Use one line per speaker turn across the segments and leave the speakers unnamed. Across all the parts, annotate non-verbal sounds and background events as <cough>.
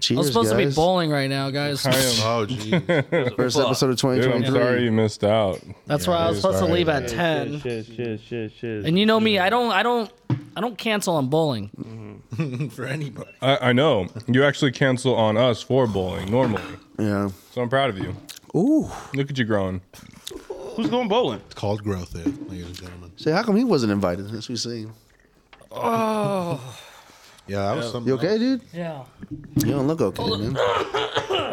Cheers,
I'm supposed to be
guys.
bowling right now, guys.
I am.
Oh, jeez. First
Fuck.
episode of
Dude, I'm
2023.
sorry you missed out.
That's why I was
Cheers,
supposed to
sorry.
leave at ten.
Shit, shit, shit, shit.
And you know me, I don't, I don't, I don't cancel on bowling.
for anybody.
I, I know. You actually cancel on us for bowling normally.
Yeah.
So I'm proud of you.
Ooh.
Look at you growing.
Who's going bowling?
It's called growth, there, ladies and gentlemen.
Say, how come he wasn't invited? That's what he's saying.
Yeah, that was something.
You okay, dude?
Yeah.
You don't look okay, man.
<laughs>
Oh,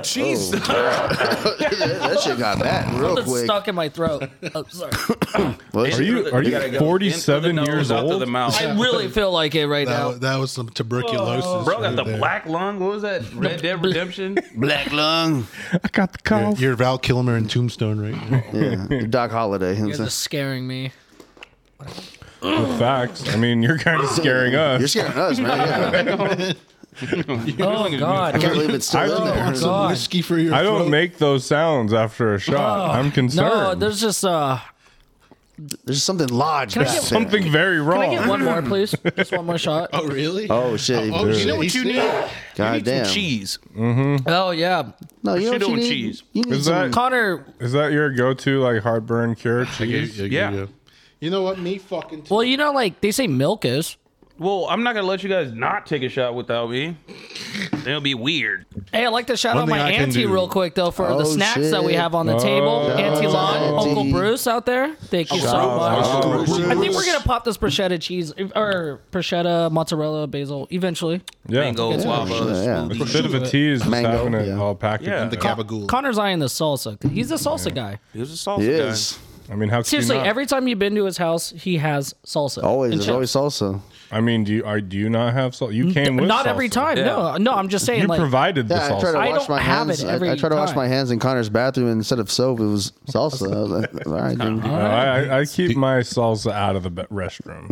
<laughs>
Jeez.
that shit got bad real
It's
quick.
stuck in
<laughs>
my throat. Oh, sorry.
Was
Are
it?
you are
You
you
gotta go in through the
47
nose,
years
out through
old?
The mouth.
I really feel like it right
That,
now.
was- that was some tuberculosis.
Bro got
right
the
there.
black lung. What
<laughs>
was that? Red
<laughs>
Dead Redemption.
Black lung.
I got the
You're,
cough.
you're Val Kilmer and Tombstone right now.
Yeah. Doc Holiday. you know what I'm <laughs>
You're
saying?
just scaring me.
Facts. I mean, you're kind of scaring us.
You're scaring us, man. Yeah.
Oh
I
God.
can't believe it's still in there.
Some
Oh God.
whiskey for your
I don't
throat.
make those sounds after a shot. I'm concerned.
No, there's just uh.
There's something lodged
Can I
back
get
there.
something very wrong.
Can I get one more, please? Just one more shot.
Oh, really?
<laughs> Oh shit!
Oh, you know what you need?
God damn!
Cheese.
Oh yeah.
No, you know what
Prosciutto
you
and
need?
cheese.
You need
Is that-
some-
Connor,
Is that your go-to like heartburn cure
Yeah,
cheese?
Yeah.
You know what? Me fucking. Too.
well, you know, like they say milk is.
Well, I'm not gonna let you guys not take a shot without me. It'll be weird.
Hey, I'd like to shout
One
out
thing
my
I can
auntie
do.
real quick though for
Oh,
the snacks that we
shit.
have on the table.
Oh,
Auntie Lon,
auntie.
Uncle Bruce out there. Thank you so much. I think we're <laughs> gonna pop this bruschetta cheese or bruschetta mozzarella basil eventually.
Yeah.
Mango, guava,
yeah.
smoothie.
It's a bit of a tease just
Mango,
having it
yeah.
all packed
Yeah.
together.
The
Gabagool.
Connor's eyeing the salsa. He's the salsa guy.
There's a salsa guy.
Yes,
I mean, how could you
Seriously,
not?
every time you've been to his house, he has salsa.
always.
and
There's
chips.
always salsa.
I mean, do you are do you not have salt? You came with
Not
salsa.
every time.
Yeah.
No, no. I'm just saying,
You
like,
provided the
Yeah, I try to
salsa.
I
wash
don't
my
have
hands.
it
I-
every
I, try to wash
time.
my hands in Connor's bathroom and instead of soap. It was salsa. I was like, all right, dude.
No, I, I, I keep my salsa out of the be- restroom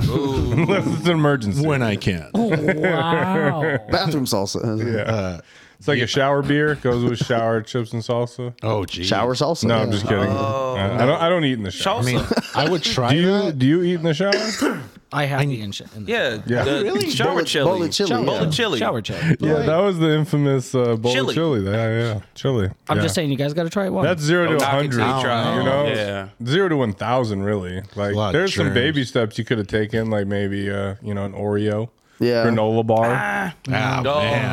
<laughs> unless it's an emergency.
<laughs>
When I can.
Oh. wow.
<laughs>
bathroom salsa.
yeah,
Uh,
it's like a shower beer goes with shower chips and salsa.
Oh,
<laughs>
geez.
Shower salsa.
No,
yeah.
I'm just kidding. I, I don't. I don't eat in the shower.
Salsa.
I
<laughs>
would try
Do you
that.
do you eat in the
<coughs>
shower?
I have the ancient. In the
yeah.
Yeah.
the Shower
Bowl of-
chili.
bowl of chili,
Shower- Bowl
yeah.
of chili.
Shower check.
yeah, that was the infamous uh, bowl
Chili.
of chili. Yeah, yeah, chili.
I'm
Yeah.
just saying, you guys got to try it once.
That's zero to
Don't
a
knock it
hundred.
till you try it.
You know,
Yeah.
zero to one thousand. Really, like
a lot of
there's some
germs.
baby steps you could have taken, like maybe uh, you know an Oreo,
Yeah.
granola bar.
Ah,
Oh,
man.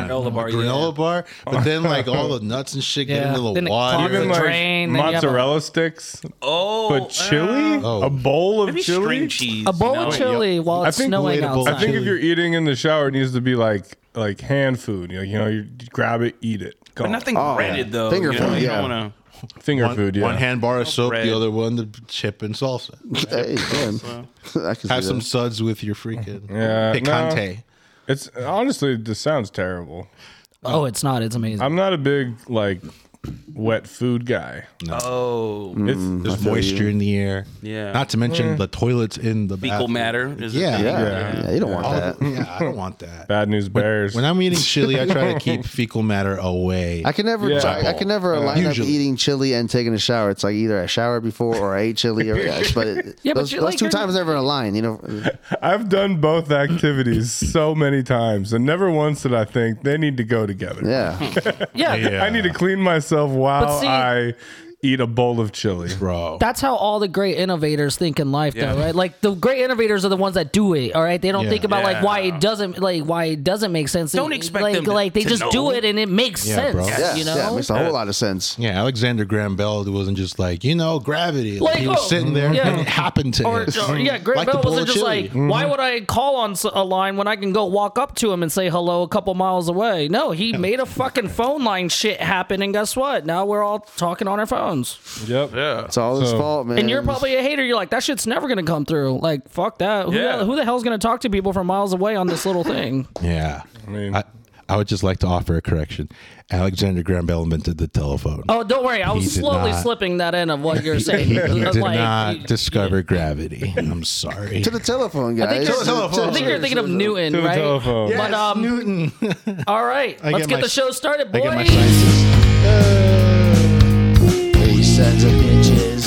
granola bar,
Granola bar, but then like all the nuts and shit
Yeah.
get into
Then it
the water.
clogs
Even
the
like
drain, then you have a-
mozzarella sticks,
Oh,
but chili,
uh,
Oh.
a bowl of
maybe
chili.
string cheese.
a bowl
you know?
of chili while
I
it's
think
snowing
relatable.
outside.
I think if
Chili.
you're eating in the shower, it needs to be like like hand food. You know, you, know, you grab it, eat it.
But
Gone.
nothing
Oh,
breaded
yeah.
though.
Finger
you know,
food,
you
yeah.
don't wanna.
Finger
One,
food. Yeah,
one hand bar of soap,
bread.
the other one the chip and salsa.
Hey, man. <laughs> I can
Have
see
some
that.
suds with your
<laughs>
freaking
Yeah,
picante.
it's honestly this sounds terrible.
oh, it's not. It's amazing.
I'm not a big like wet food guy.
Oh,
Mm,
It's
There's moisture in the air.
Yeah.
Not to mention the toilets in the
fecal
bathroom.
matter. Is a
Yeah.
thing.
Yeah,
Yeah.
yeah, you don't want
All
that.
the- yeah, I don't
<laughs>
want that.
bad news bears.
When I'm eating chili,
<laughs>
I try to keep fecal matter away.
I can never,
Yeah.
I, I can never align
Usually.
up eating chili and taking a shower. It's like either I showered before or I ate chili, or but it,
<laughs> Yeah, but
those,
you're
those
like-
two
you're-
times never align. You
<laughs>
know,
I've done both activities so many times, and never once did I think they need to go together.
yeah,
yeah,
Yeah.
I need to clean myself while
But see-
I eat a bowl of chili.
bro.
That's how all the great innovators think in life, though,
Yeah.
right? Like the great innovators are the ones that do it. All right, they don't
Yeah.
think about like why
Yeah.
it doesn't, like why it doesn't make sense.
Don't
They-
expect
like,
them to-
like they
to
just do
know.
it and it makes
Yeah,
sense.
bro.
yeah,
You know,
yeah, it makes a whole lot of sense.
yeah, Alexander Graham Bell wasn't just like, you know, gravity. Like,
Like,
he was
oh,
sitting there
yeah.
and it happened to
Or,
him.
or- yeah, Grant
Like the
Bell
bowl
wasn't
of
just
chili.
like,
Mm-hmm.
why would I call on s- a line when I can go walk up to him and say hello a couple miles away? No, he made a fucking phone line shit happen, and guess what? Now we're all talking on our phones.
Yep.
Yeah.
It's all his
So-
fault, man.
And you're probably a hater. You're like, that shit's never gonna come through. Like, fuck that. Who,
Yeah.
the, who the hell's gonna talk to people from miles away on this little thing?
Yeah. I
mean-
I, would just like to offer a correction. Alexander Graham Bell invented the telephone.
Oh, don't worry. I
He
was
did
slowly
not.
slipping that in of what you're
<laughs>
saying.
he he
<laughs>
did
Like,
not
you-
discover gravity. I'm sorry.
to the telephone,
I
guys.
think, you're,
To the
I think you're thinking of Newton,
To the
right?
telephone.
But um,
Newton.
all right,
I
let's get
get my-
the show started,
I get my
boys.
sciences.
Hey, sons of bitches.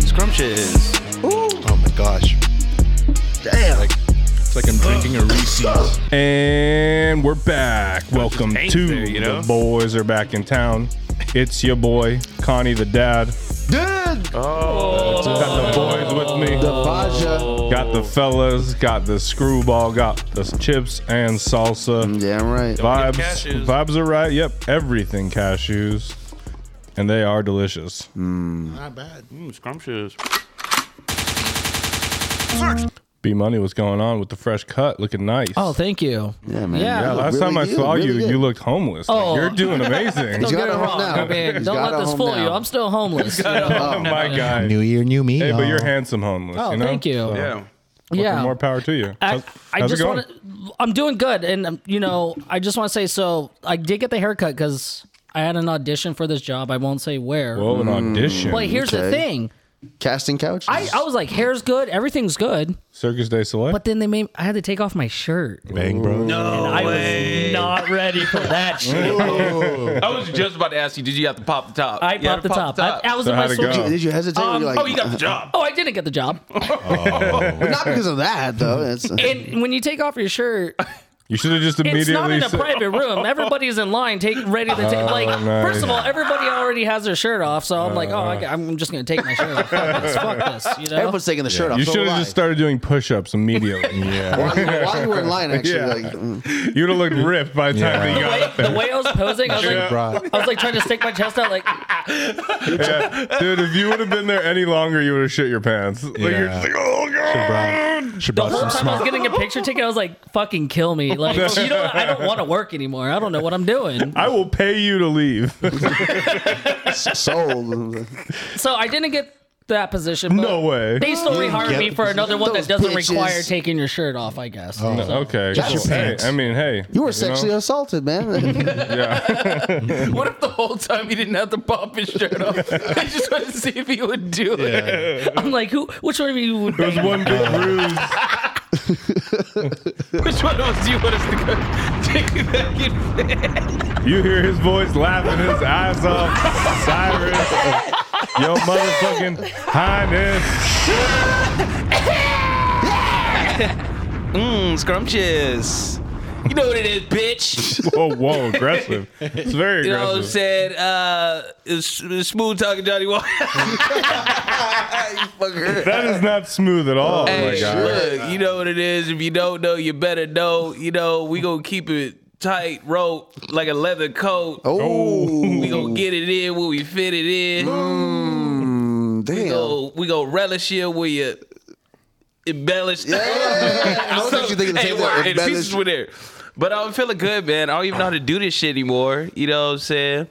Scrumptious.
Oh my gosh.
Damn.
It's like I'm drinking a Reese's.
And And we're back. Welcome
tanked
to
there, you know?
the boys are back in town. It's your boy Connie the dad.
Dude,
Oh.
Got the boys with me.
the Baja.
Got the fellas. Got the screwball. Got the chips and salsa.
Damn right.
Vibes,
Get cashews.
vibes are right. Yep, everything cashews, and they are delicious.
Mm.
Not bad.
Mm, scrumptious.
B Money, what's going on with the fresh cut? Looking nice.
Oh, thank you.
Yeah, man.
Yeah.
You
yeah,
look
last time I
really good,
saw
really
you,
good.
you looked homeless. Like,
Oh.
you're doing
<laughs>
amazing.
He's got
Don't get
a
it
home
wrong,
now.
man.
He's
Don't
got
let
a
this
home
fool
now.
you. I'm still homeless.
oh <laughs> my god.
New
Hey,
year, new me.
but you're
y'all.
handsome homeless.
Oh,
you know?
thank you.
So,
Yeah.
yeah.
More power to you.
I,
How's-
I
how's it
just
going?
want to. I'm doing good, and um, you know, I just want to say so. I did get the haircut because I had an audition for this job. I won't say where.
Whoa, an audition.
but here's the
okay.
thing:
Casting couches.
I, I was like, hair's good, everything's good,
Circus Day Select.
but then they made I had to take off my shirt.
Bang, bro.
No
I
way.
was not ready for
<laughs>
that shit.
I was just about to ask you, did you have to pop the top?
I
You had
popped the top. I, I was
So
in my
how'd it go?
swim-
Did you- did you hesitate? or were you like,
oh, you got the job.
Oh, I didn't get the job.
not because of that though. It's, uh,
And when you take off your
<laughs>
shirt,
you should have just
it's
immediately Oh,
not in a
said-
private room. Everybody's in line, take ready to take. Like,
nice.
first of all, everybody already has their shirt off, so I'm like, oh,
Uh.
I, am just gonna take my shirt off. Fuck this, fuck
<laughs>
this, you know.
everyone's taking the shirt off.
You
so
should
will
have
I.
just started doing push ups immediately.
<laughs>
<laughs>
Yeah.
While you, while you were in line, actually,
Yeah.
like, mm.
You'd have looked ripped by the time that you
The
got
way, the way I was posing, I was like,
Bro.
I was like trying to stick my chest out, like,
Yeah. Dude, if you would have been there any longer, you would have shit your pants. Like you're
Yeah.
just like, oh god.
Brought, she
the
brought
whole
some
time I was
smoke.
getting a picture taken, I was like, fucking kill me,
<laughs>
like, you know, what? I don't want to work anymore. I don't know what I'm doing.
I will pay you to leave. <laughs>
s- sold.
So I didn't get that position. But
no way.
They still
get
rehired me for another one
those
that doesn't
bitches.
require taking your shirt off, I guess.
Oh. Okay.
your
cool. Hey,
pants.
I mean, hey.
You were
know?
sexually assaulted,
<laughs>
man.
<laughs> What if the whole time he didn't have to pop his shirt off? I just wanted to see if he would do it.
I'm like, who? Which one of you would
It was one big
Uh.
ruse.
Which one was you want us to go take that kid?
You hear his voice laughing his eyes off. Cyrus. Yo, motherfucking highness.
Mmm, scrumptious. You know what it is, bitch.
Whoa, whoa, aggressive. It's very
You know what I'm
aggressive.
saying? Uh, it's, it's smooth talking Johnny Walker.
Fucker.
that is not smooth at all. oh my
Hey,
god.
look, you know what it is. If you don't know, you better know. You know, we gonna keep it tight rope like a leather coat.
Oh,
We gonna get it in where we fit it in.
mm,
We
damn.
go, we gonna relish it where you embellish. <laughs>
I was actually thinking the
hey,
same
word,
thing.
and the pieces
Embellish.
were there. But I'm feeling good, man. I don't even know how to do this shit anymore. You know what I'm saying?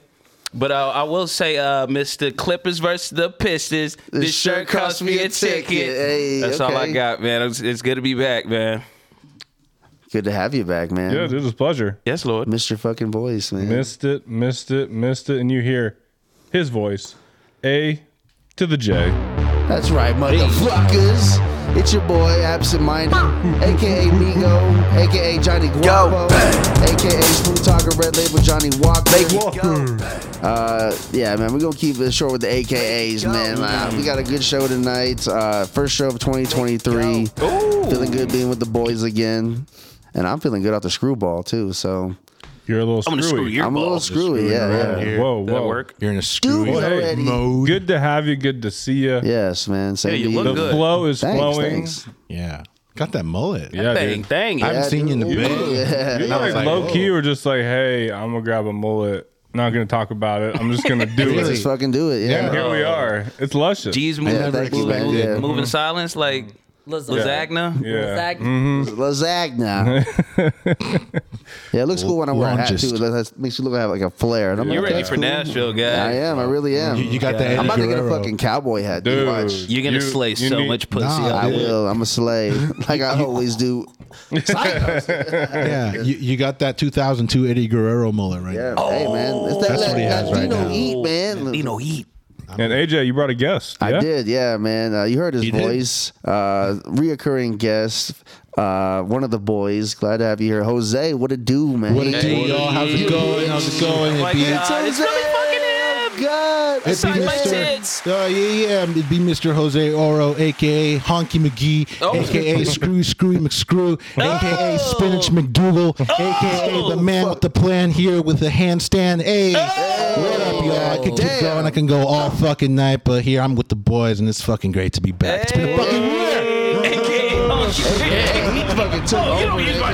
But uh, I will say, uh, Mr. Clippers versus the Pistons. This, shirt cost me a ticket.
Hey,
That's all I
okay.
got, man. It's, it's good to be back, man.
Good to have you back, man.
Yeah, this is a pleasure.
Yes, Lord.
Mr. Fucking Voice, man.
Missed it, missed it, missed it, and you hear his voice. A to the J.
That's right, motherfuckers. It's your boy Absent Minded, aka Migo, aka Johnny Guapo, aka Smooth Talker Red Label Johnny Walker. Uh, yeah, man, we're gonna keep it short with the AKAs, man. Uh, we got a good show tonight. Uh, first show of 2023. Feeling good being with the boys again. And I'm feeling good off the screwball too, so
You're a little screwy.
I'm gonna screw your
I'm a little
ball.
screwy. Yeah, yeah.
here.
Whoa, whoa.
Does that work?
You're in a
Dude,
screwy
we
hey,
already.
mode.
Good to have you. Good to see you.
Yes, man. Same
Yeah, you
to
look
The
good.
flow is
Thanks,
flowing.
thanks.
Yeah. Got that mullet.
Yeah,
Dang,
dude.
dang.
I haven't
Yeah,
seen you in the
dude.
bed.
Yeah.
You like,
like,
low key
whoa.
or just like, hey, I'm gonna grab a mullet. Not gonna talk about it. I'm just gonna do
Let's
it.
just fucking do it.
And
Yeah.
here we are. It's luscious.
G's
Yeah,
moving,
thank you,
moving,
man.
moving,
Yeah.
moving silence like lasagna.
yeah. Mm-hmm.
Zag-
<laughs>
Lasagna. yeah, it looks cool when I wear a hat too.
Longest.
That makes you look like a flare. And I'm
You're
like,
ready
that's
for
cool.
Nashville, guy.
I am. I really am.
You, you got the Eddie
I'm about to get a
Guerrero.
fucking cowboy hat. Dude,
Dude.
watch.
You're gonna
You-
slay
you
so
need-
much pussy.
Nah,
out
I
there.
will. I'm a
<laughs>
slave, like I always do.
Yeah, you, you got that 2002 Eddie Guerrero mullet right
Yeah.
now.
hey man, it's that
That's
La-
what he has right
Latino
now.
heat, man.
Latino heat.
And AJ, you brought a guest.
I
yeah?
did, yeah, man. Uh, you heard his
did?
voice. Uh, reoccurring guest, uh, one of the boys. Glad to have you here, Jose. What a do, man.
What it do,
Hey.
y'all? How's it going? How's it going?
Like,
It be-
uh, it's really fucking him.
God.
It'd be
Besides my
Mr.
tits.
Uh, yeah, yeah. It'd be Mr. Jose Oro, aka Honky McGee,
Oh.
aka Screw Screwy McScrew, aka Spinach McDougal, aka the man with the plan here with the handstand. Hey, what up, y'all? I could keep
Damn.
going. I can go all fucking night, but here I'm with the boys, and it's fucking great to be back. It's been a fucking
Oh, shit.
He fucking took
Oh, you
over.
don't
man.
use my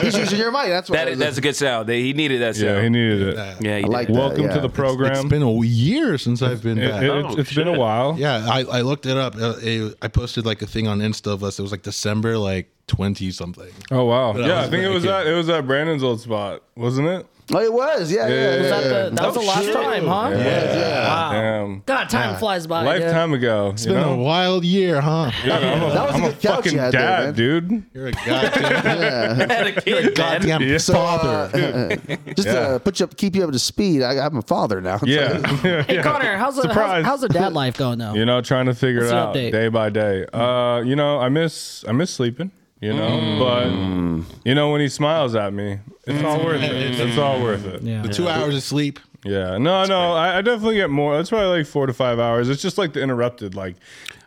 <laughs> He's using your mic. That's why.
That is, that's a good sound. They- He needed that sound.
Yeah, he needed it.
Yeah, he
I
<laughs>
like
did.
that.
Welcome
yeah.
to the
It's
program.
been a year since I've been back.
It, it, it's been a while.
Yeah, I, I looked it up. Uh, it, I posted like a thing on Insta of us. It was like December like twenty something.
Oh wow.
I
yeah, I
was
think it
like,
was
yeah.
at it was at Brandon's old spot, wasn't it?
Oh, it was. Yeah, yeah.
Yeah.
yeah.
Was that the, that was
Oh,
the last
shit.
time, huh?
Yeah.
Wow.
Damn.
God, time flies by.
Lifetime ago.
It's
you
been
know?
a wild year, huh?
Yeah, I'm a,
That was a
I'm a
good couch
fucking
you had
dad,
there, man.
dude.
You're a <laughs> goddamn,
Had a kid, man.
goddamn
Yeah.
<laughs> father.
Just
Yeah.
to put you up, keep you up to speed. I, I'm a father now.
Yeah.
Yeah. Hey, Connor, how's the, how's,
Surprise.
how's the
<laughs>
dad life going now?
You know, trying to figure
What's
it
an
out
update? Mm.
day by day. Uh, you know, I miss I miss sleeping. You know,
Mm.
but you know when he smiles at me, it's all worth it. It's, all worth it. Yeah.
The two hours of sleep.
No, no, I, I definitely get more. That's probably like four to five hours. It's just like the interrupted. Like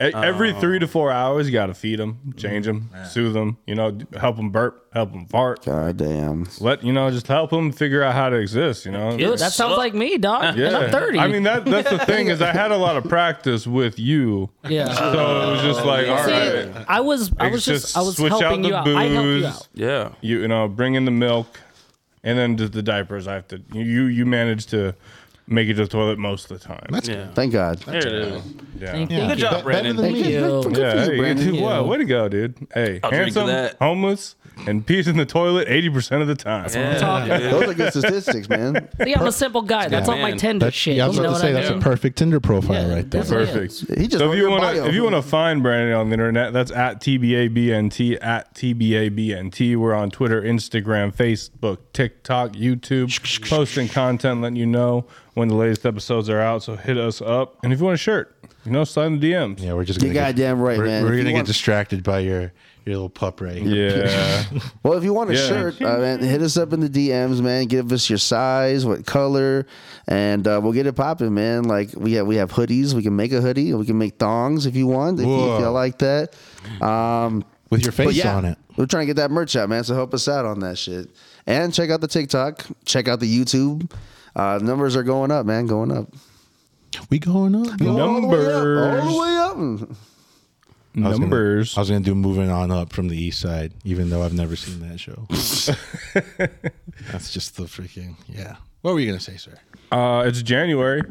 e- every
Oh.
three to four hours, you got to feed them, change them,
Mm.
soothe them. You know, d- help them burp, help them fart.
God damn.
Let you know, just help them figure out how to exist. You know,
Dude, that sounds like me, dog. And I'm 30.
I mean, that that's the thing is I had a lot of practice with you.
<laughs> Yeah.
So it was just like, all
See,
right.
I was, Uh, I
It's
was just,
just
I was
switch out
helping
the
you out. I helped
booze.
you out.
Yeah.
You, you know, bring in the milk and then just the diapers. I have to, you, you manage to make it to the toilet most of the time.
That's
Yeah.
Thank God.
There it is.
yeah.
yeah. Be-
Good job,
better
Brandon.
than
Thank
me.
you.
you.
Good for
Yeah,
you,
hey,
Brandon.
dude, <laughs> what?
you.
Way to go, dude. Hey,
I'll drink to
handsome,
that.
homeless, and peeing in the toilet 80% of the time.
Yeah.
Those are good statics, man.
See, I'm a simple guy. That's on my
Man.
Tinder shit.
yeah, I
you
was
know
about to
what
say
I
that's
mean?
a perfect Tinder profile
Yeah,
right there.
definitely.
Perfect.
He just
So if you
want
want to, if you want to find Brandon on the internet, that's at tbabnt at tbabnt. We're on Twitter, Instagram, Facebook, TikTok, YouTube, posting content, letting you know when the latest episodes are out. So hit us up, and if you want a shirt, you know, slide in the DMs.
Yeah, we're just
You're
gonna get-
goddamn right,
we're,
man.
We're
If you
gonna get
want-
distracted by your your little pup right
<laughs>
here.
Yeah,
Well, if you want a
Yeah.
shirt, uh, man, hit us up in the DMs, man. Give us your size, what color, and uh, we'll get it popping, man. Like we have, we have hoodies. We can make a hoodie. We can make thongs if you want. If you
Whoa.
feel like that. Um,
with your face
but yeah,
on it.
we're trying to get that merch out, man. So help us out on that shit. And check out the TikTok. Check out the YouTube. Uh, numbers are going up, man. Going up.
We going up? yo?
numbers,
All the way up.
I was gonna-
numbers.
I was gonna do moving on up from the east side, even though I've never seen
<laughs>
that show. That's just the freaking yeah. What were you gonna say, sir?
Uh, it's January.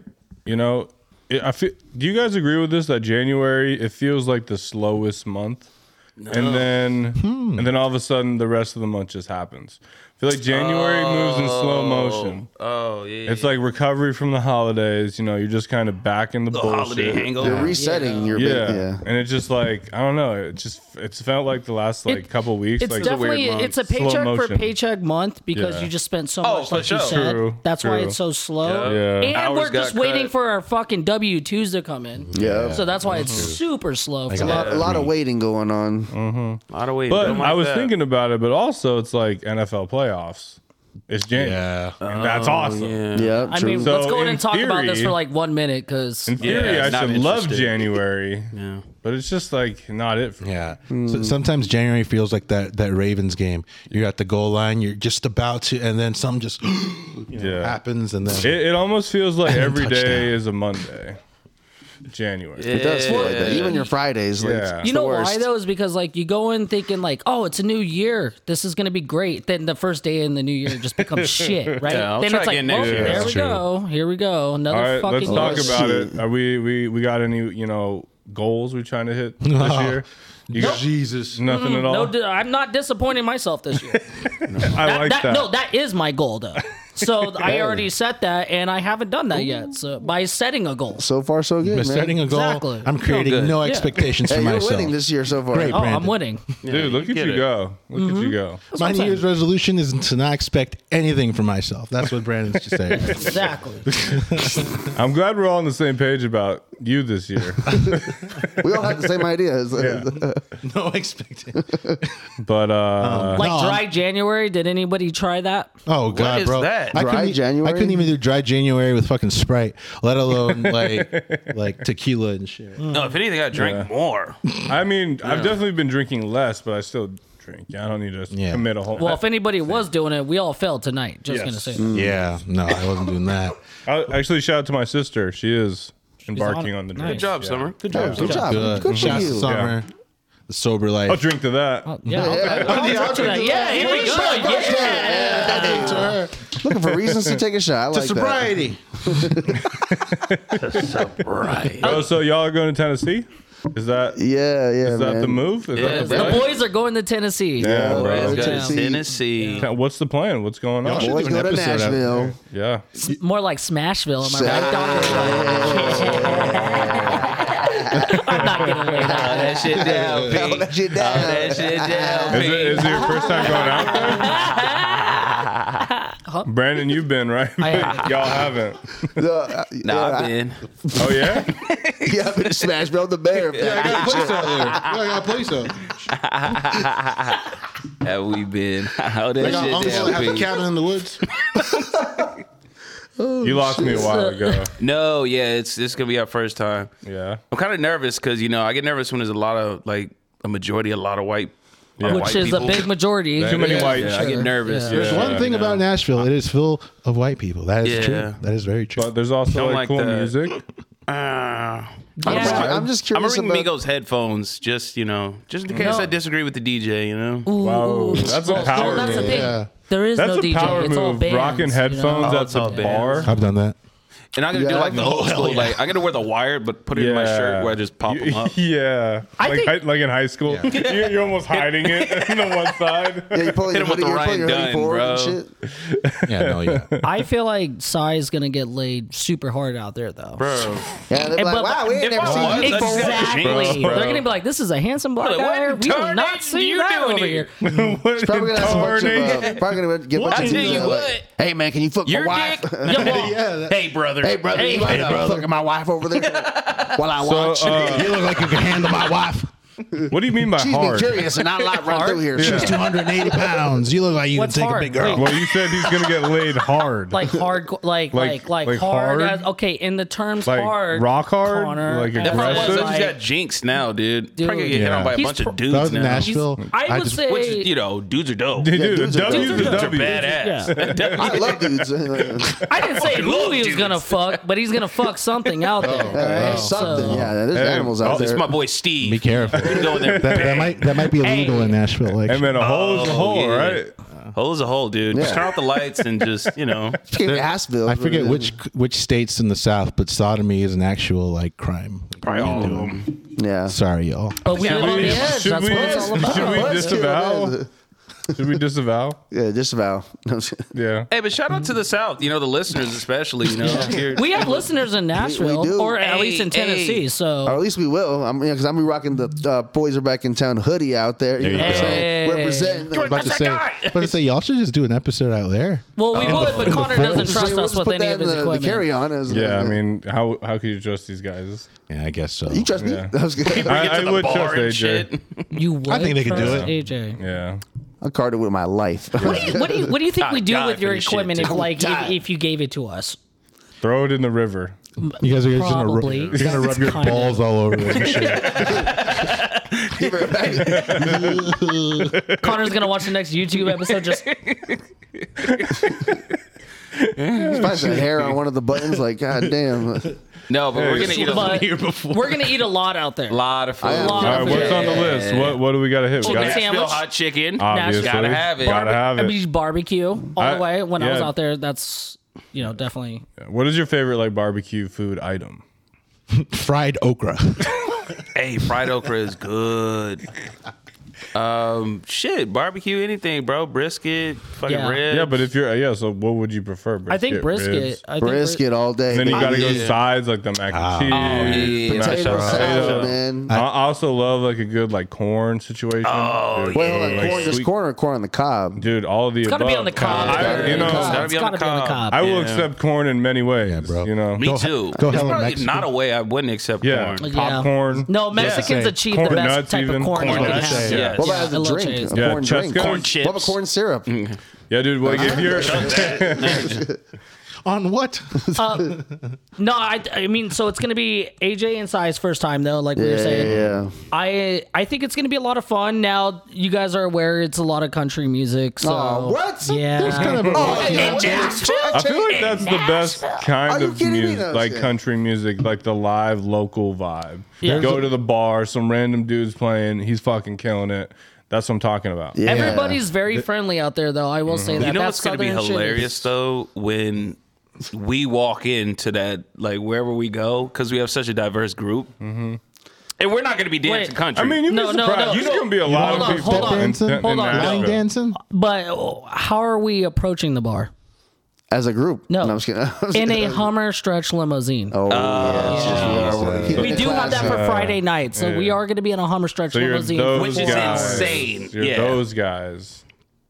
You know, it, I feel. Do you guys agree with this? That January it feels like the slowest month, and then and then all of a sudden the rest of the month just happens. I feel like January moves in slow motion.
Oh, yeah.
It's like recovery from the holidays. You know, you're just kind of back in the, bullshit.
holiday hangover.
You're resetting your
Yeah.
big, yeah.
and it's just like I don't know. It just it's felt like the last like
It-
couple weeks.
It's
like
definitely
month.
it's a
Slow
paycheck for
motion.
paycheck month because
Yeah.
you just spent so
Oh,
much,
for
like
sure.
you said.
True,
That's why
true.
it's so slow.
Yeah.
And
Hours
we're just
got
waiting
cut.
for our fucking W twos to come in.
Yeah. uh,
So that's why it's super slow.
Like
for
a
me.
A lot, a lot of waiting going on.
lot of weight.
But
Don't like
I was
that.
thinking about it, but also it's like NFL playoffs. It's January.
Yeah.
And
Oh,
that's awesome.
Yeah,
I
true.
mean,
So
let's go in
in
and talk about this
theory-
for like one minute because
In theory,
it's
I
not
should love
interesting.
January.
Yeah.
But it's just like not it for me.
Yeah. So
Hmm.
sometimes January feels like that that Ravens game. You're at the goal line, you're just about to, and then something just <gasps>
Yeah.
happens, and then
It, it almost feels like every
touchdown.
day is a Monday. January.
it does feel like that.
Yeah.
Even your Fridays, like,
Yeah.
it's
You
the
know why
worst.
though is because like you go in thinking like, oh, it's a new year. This is gonna be great. Then the first day in the new year just becomes shit, right?
Yeah, I'll
then
try
it's like,
again next
well,
year.
there
That's
we
true.
go, here we go, another
All right, let's
fucking.
talk
Shit.
about it. Are we, we we got any, you know, goals we trying to hit this year? You got
Jesus.
nothing at all?
no, di- I'm not disappointing myself this year.
I
That-
like
that-
that.
No, that is my goal though. So I already set that, and I haven't done that yet. So by setting a goal,
So far, so good,
But
man.
setting a goal,
Exactly.
I'm creating
good.
no
Yeah.
<laughs>
expectations
hey,
for
you're
myself.
winning this year so far.
Great.
oh, I'm
Brandon.
winning.
Dude, look at
get
you
it.
go. Look at
Mm-hmm.
you go.
My
what
New
I'm
Year's resolution is to not expect anything
<laughs>
from myself. That's what Brandon's just saying. <laughs>
Exactly.
I'm glad we're all on the same page about you
<laughs>
this year.
We all had the same ideas.
No expectation.
But uh,
Like
No, I'm-
dry January, did anybody try that?
Oh god,
is
bro!
that?
I
Dry
couldn't, e-
January?
I couldn't even do dry January with fucking Sprite, let
<laughs>
alone like like tequila and shit.
Hmm.
No, if anything, I drink more.
I mean, I've definitely been drinking less, but I still drink. Yeah, I don't need to
Yeah.
commit a whole.
Well, if anybody was doing it, we all failed tonight. Just
Yes.
gonna say that.
Yeah, no, I wasn't doing that.
I, actually, shout out to my sister. She is embarking
on-
on, the
nice.
drink.
Good job, Summer. Good job.
Good job.
Good,
Ah, Good for
Shouts to
you.
summer, the sober life.
I'll drink to that.
Oh, Yeah, I'll- I'll
Yeah.
talk to that. Yeah, here we go. Yeah.
Looking for reasons to take a shot. I like that.
sobriety.
Right.
Oh, so y'all are going to Tennessee? Is that is
Yeah, yeah,
that
man.
the move? Is
Yeah,
that the
bro.
The
plan?
boys are going to Tennessee.
Yeah,
boy.
bro.
Let's go to
Tennessee.
Tennessee.
What's the plan? What's going on?
should-
Boys
do
go
an
to
episode out
Nashville.
there.
Yeah.
It's more like Smashville. Am I right? Don't- <laughs> I'm not gonna lay that.
All that shit down, P.
Hold
All
that shit down.
that shit down,
Is
P.
it, is it your first time going out
<laughs>
there? Brandon, you've been right.
I haven't.
<laughs> Y'all haven't.
The- uh,
Nah,
yeah,
I've
I-
been.
Oh
<laughs>
yeah.
Yeah, I've been to Smash Bros. the Bear.
I got a place out <laughs> there. Yeah, I got a place out.
Have we been? <laughs> All
I got
that shit
uncle that have a
down, P.
cabin in the woods. Oh,
You lost
<laughs>
me a while ago.
No, yeah, it's it's gonna be our first time.
Yeah.
I'm kind of nervous because you know I get nervous when there's a lot of like a majority, a lot of white,
Yeah.
white
Which is
people.
a big majority.
Too many
Yeah.
whites.
Yeah, I get nervous.
Yeah.
Yeah.
There's one thing
you know.
about Nashville. It is full of white people. That is
Yeah.
true. That is very true.
But there's also
Don't
like,
like
cool
that.
music.
Uh,
I'm, just, I'm
Yeah.
just
I'm gonna
curious
ring
about.
Migos headphones, just you know, just in case I disagree with the DJ. You know,
Wow, that's a power
that's the
move.
thing.
Yeah.
There is
That's
no
a
DJ.
power
it's all
move.
bands.
Rocking headphones
Oh,
at
it's
the
all
bar.
bands.
I've done that.
and I'm gonna do
Yeah.
like the
No,
old
hell
school.
yeah.
Like I'm gonna wear the wire, but put it in my shirt where I just pop them
<laughs>
up.
yeah,
I
like
think-
hi- like in high school, <laughs> you're, you're almost hiding it <laughs> on the one
<laughs>
side.
Yeah, you pull
Hit
your
him
hoodie,
with the
you pull
Ryan
your hoodie
Dunn,
forward and
bro.
shit.
Yeah, no, <laughs> yeah.
I feel like Sai's gonna get laid super hard out there though.
Bro,
Yeah, they're
And
like,
but-
wow, we ain't
if
never
I
seen
was,
you
I'd
before.
say-
Exactly.
Bro.
They're gonna be like, "This is a handsome black
Like, what
guy.
in
We do not
tarnation
see
you
that
doing
over
here?"
here."
<laughs> What
Probably gonna ask a bunch
incarnate?
of, uh, probably gonna get a bunch
I
of
tell
dudes
you
that are like,
what.
Hey man, can you fuck
Your
my wife? <laughs>
dick-
Your mom.
hey brother,
hey brother, you mind uh, fucking my wife over there while I watch?
So, uh,
You look like you can handle my wife.
what do you mean by
She's been
hard?
curious and I lot right through here.
She's 280 pounds. You look like you
What's
can take
hard?
a big girl.
Well, you said he's gonna get laid hard. <laughs>
like hard, like
Like-
like like,
like
hard.
hard?
As, okay, in the terms
Like
hard,
rock hard?
Connor,
Like
and
That probably
aggressive?
was,
Like-
he's got jinx now, dude.
Dude.
Probably get hit
Yeah.
on by a
He's
bunch
pro-
of
That was
dudes
in
now.
Nashville.
I would
just-
say,
Which is, you know, dudes are dope.
Dude,
Yeah,
dude,
dudes
the
are-
W
dudes
is a
are
W.
Badass. <laughs>
I love dudes. Hey,
I didn't say who he was gonna fuck, but he's gonna fuck something
<laughs>
out there.
Oh.
all right?
Something.
So-
Yeah, there's
Hey,
animals
oh,
out
It's
there.
my boy
Be
Steve.
careful.
You
that,
go in there.
that
bang.
might that might be illegal in Nashville. Like,
And then a hole is a
Oh,
hole,
yeah.
right?
Hole is a hole, dude. Just
Yeah.
turn off the lights and just, you know.
Came to Asheville.
I forget which which states in the South, but sodomy is an actual like crime.
Probably all of them.
Yeah.
Sorry, y'all.
But we
Should
live on
we-
the edge.
should
That's
we-
what it's all about.
should we
Let's get
disavow?
it.
Should we
<laughs>
disavow?
Yeah, <laughs> disavow.
Yeah.
Hey, but shout out to the South, you know, the listeners especially, you know. Here-
We have listeners in Nashville,
do. Uh,
or at
Hey,
least in
hey.
Tennessee.
Or
So
at least we will. I'm because I'm be rocking the uh, boys are back in town hoodie out there. You know what I'm
you go.
saying?
Hey.
Representing.
I was about to say, about to say, y'all should just do an episode out there.
well,
uh,
we would, but Connor doesn't
So
trust
we'll
us
just
with
put
any
that
of
in
his
the, the carry
equipment.
on. Is
Yeah, I mean, how how could you trust these guys?
Yeah, I guess so.
you trust me? <laughs>
Yeah.
I was good.
I,
get to
I
the
would
bar
trust
and
AJ.
shit.
You would.
I think they could do
trust
it.
<laughs>
AJ.
Yeah.
I carded with my life. <laughs>
What do you What do you think
I'd
we do
die
with
for
your
this shit,
equipment if,
dude.
like, if, if you gave it to us?
Throw it in the river.
You guys are just gonna, rub,
Probably.
you're gonna rub your
Kinda.
balls all over this and shit.
Give her back.
Connor's gonna watch the next YouTube episode. Just
Find
<laughs>
some hair on one of the buttons. Like, god
<laughs>
damn.
No, but we're going to eat a
but
lot
before.
we're gonna eat a lot out there.
lot of food.
I am-
Lot
All
of
right, what's on the
food.
list? What what do we got to hit? We
Chicken
gotta-
sandwich.
Nashville hot chicken.
Obviously.
Nashville.
Gotta have it.
Gotta have
I
it.
mean, barbecue all
I-
the way. When I was
yeah.
out there, that's you know definitely.
What is your favorite like barbecue food item?
<laughs>
Fried okra.
Hey, fried okra is good. Um, shit, barbecue, anything, bro. Brisket, fucking
Yeah.
ribs.
Yeah, but if you're yeah, so what would you prefer? Brisket,
I think brisket.
ribs?
I think
Brisket all day.
then you
baby.
gotta go
Yeah.
sides like the mac and cheese.
yeah,
the
yeah,
mashed
Potato
Mashed
salad,
potato.
man.
I I also love like a good like corn situation. Oh,
Wait, hold on. Corn, just corn or corn on the cob?
Duuld all of the
It's got to
above.
be on the cob.
It's gotta
I,
be
you
on the
know,
cob.
gotta
it's
be on
got
the
to be on the
cob.
cob.
I will
Yeah.
accept corn in many ways.
Yeah, bro.
You know,
Me
Go-
too.
go
There's
hella
probably
Mexican.
not a way I wouldn't accept
yeah,
Yeah.
corn.
popcorn.
No, Mexicans
Say,
achieve
corn
the best
nuts
type
even.
of corn.
Corn
they
nuts,
have.
yeah.
Yes.
What
Yeah,
about as
I
a
love
drink?
cheese.
A
Yeah,
corn
Cheska.
drink.
Corn
What about
chips.
corn syrup?
Yeah, dude. Like if you're
On what?
No, I, I mean, so it's gonna be AJ and Sai's first time though, like we were
Yeah,
saying.
yeah.
I I think it's gonna be a lot of fun. Now you guys are aware it's a lot of country music. So
Aw, what?
Yeah.
There's kind of a
Oh, hey,
rocky-
what?
I feel like that's the best
Are
kind
you
of
kidding me?
music,
No
like
shit.
country music, like the live local vibe.
Yeah.
Go to the bar, some random dude's playing, he's fucking killing it. That's what I'm talking about.
Yeah.
Everybody's very friendly out there, though. I will
Mm-hmm.
say that.
You know
That
what's gonna be
southern shit is-
hilarious though when we walk into that like wherever we go because we have such a diverse group, and we're not gonna be dancing
Wait.
country.
I mean, you'd
No,
be
no,
surprised.
no.
You're gonna be a lot
Hold
of
on,
people.
hold on.
in-
Dancing?
in
Hold on.
Line
Nashville.
dancing?
But oh, how are we approaching the bar?
As a group?
No.
I'm just kidding. <laughs>
In a Hummer stretch limousine.
Oh,
Oh,
yeah.
we do have that for Friday night, so we are going to be in a Hummer stretch
So you're
limousine.
those
Which is
guys.
insane.
You're
Yeah.
those guys.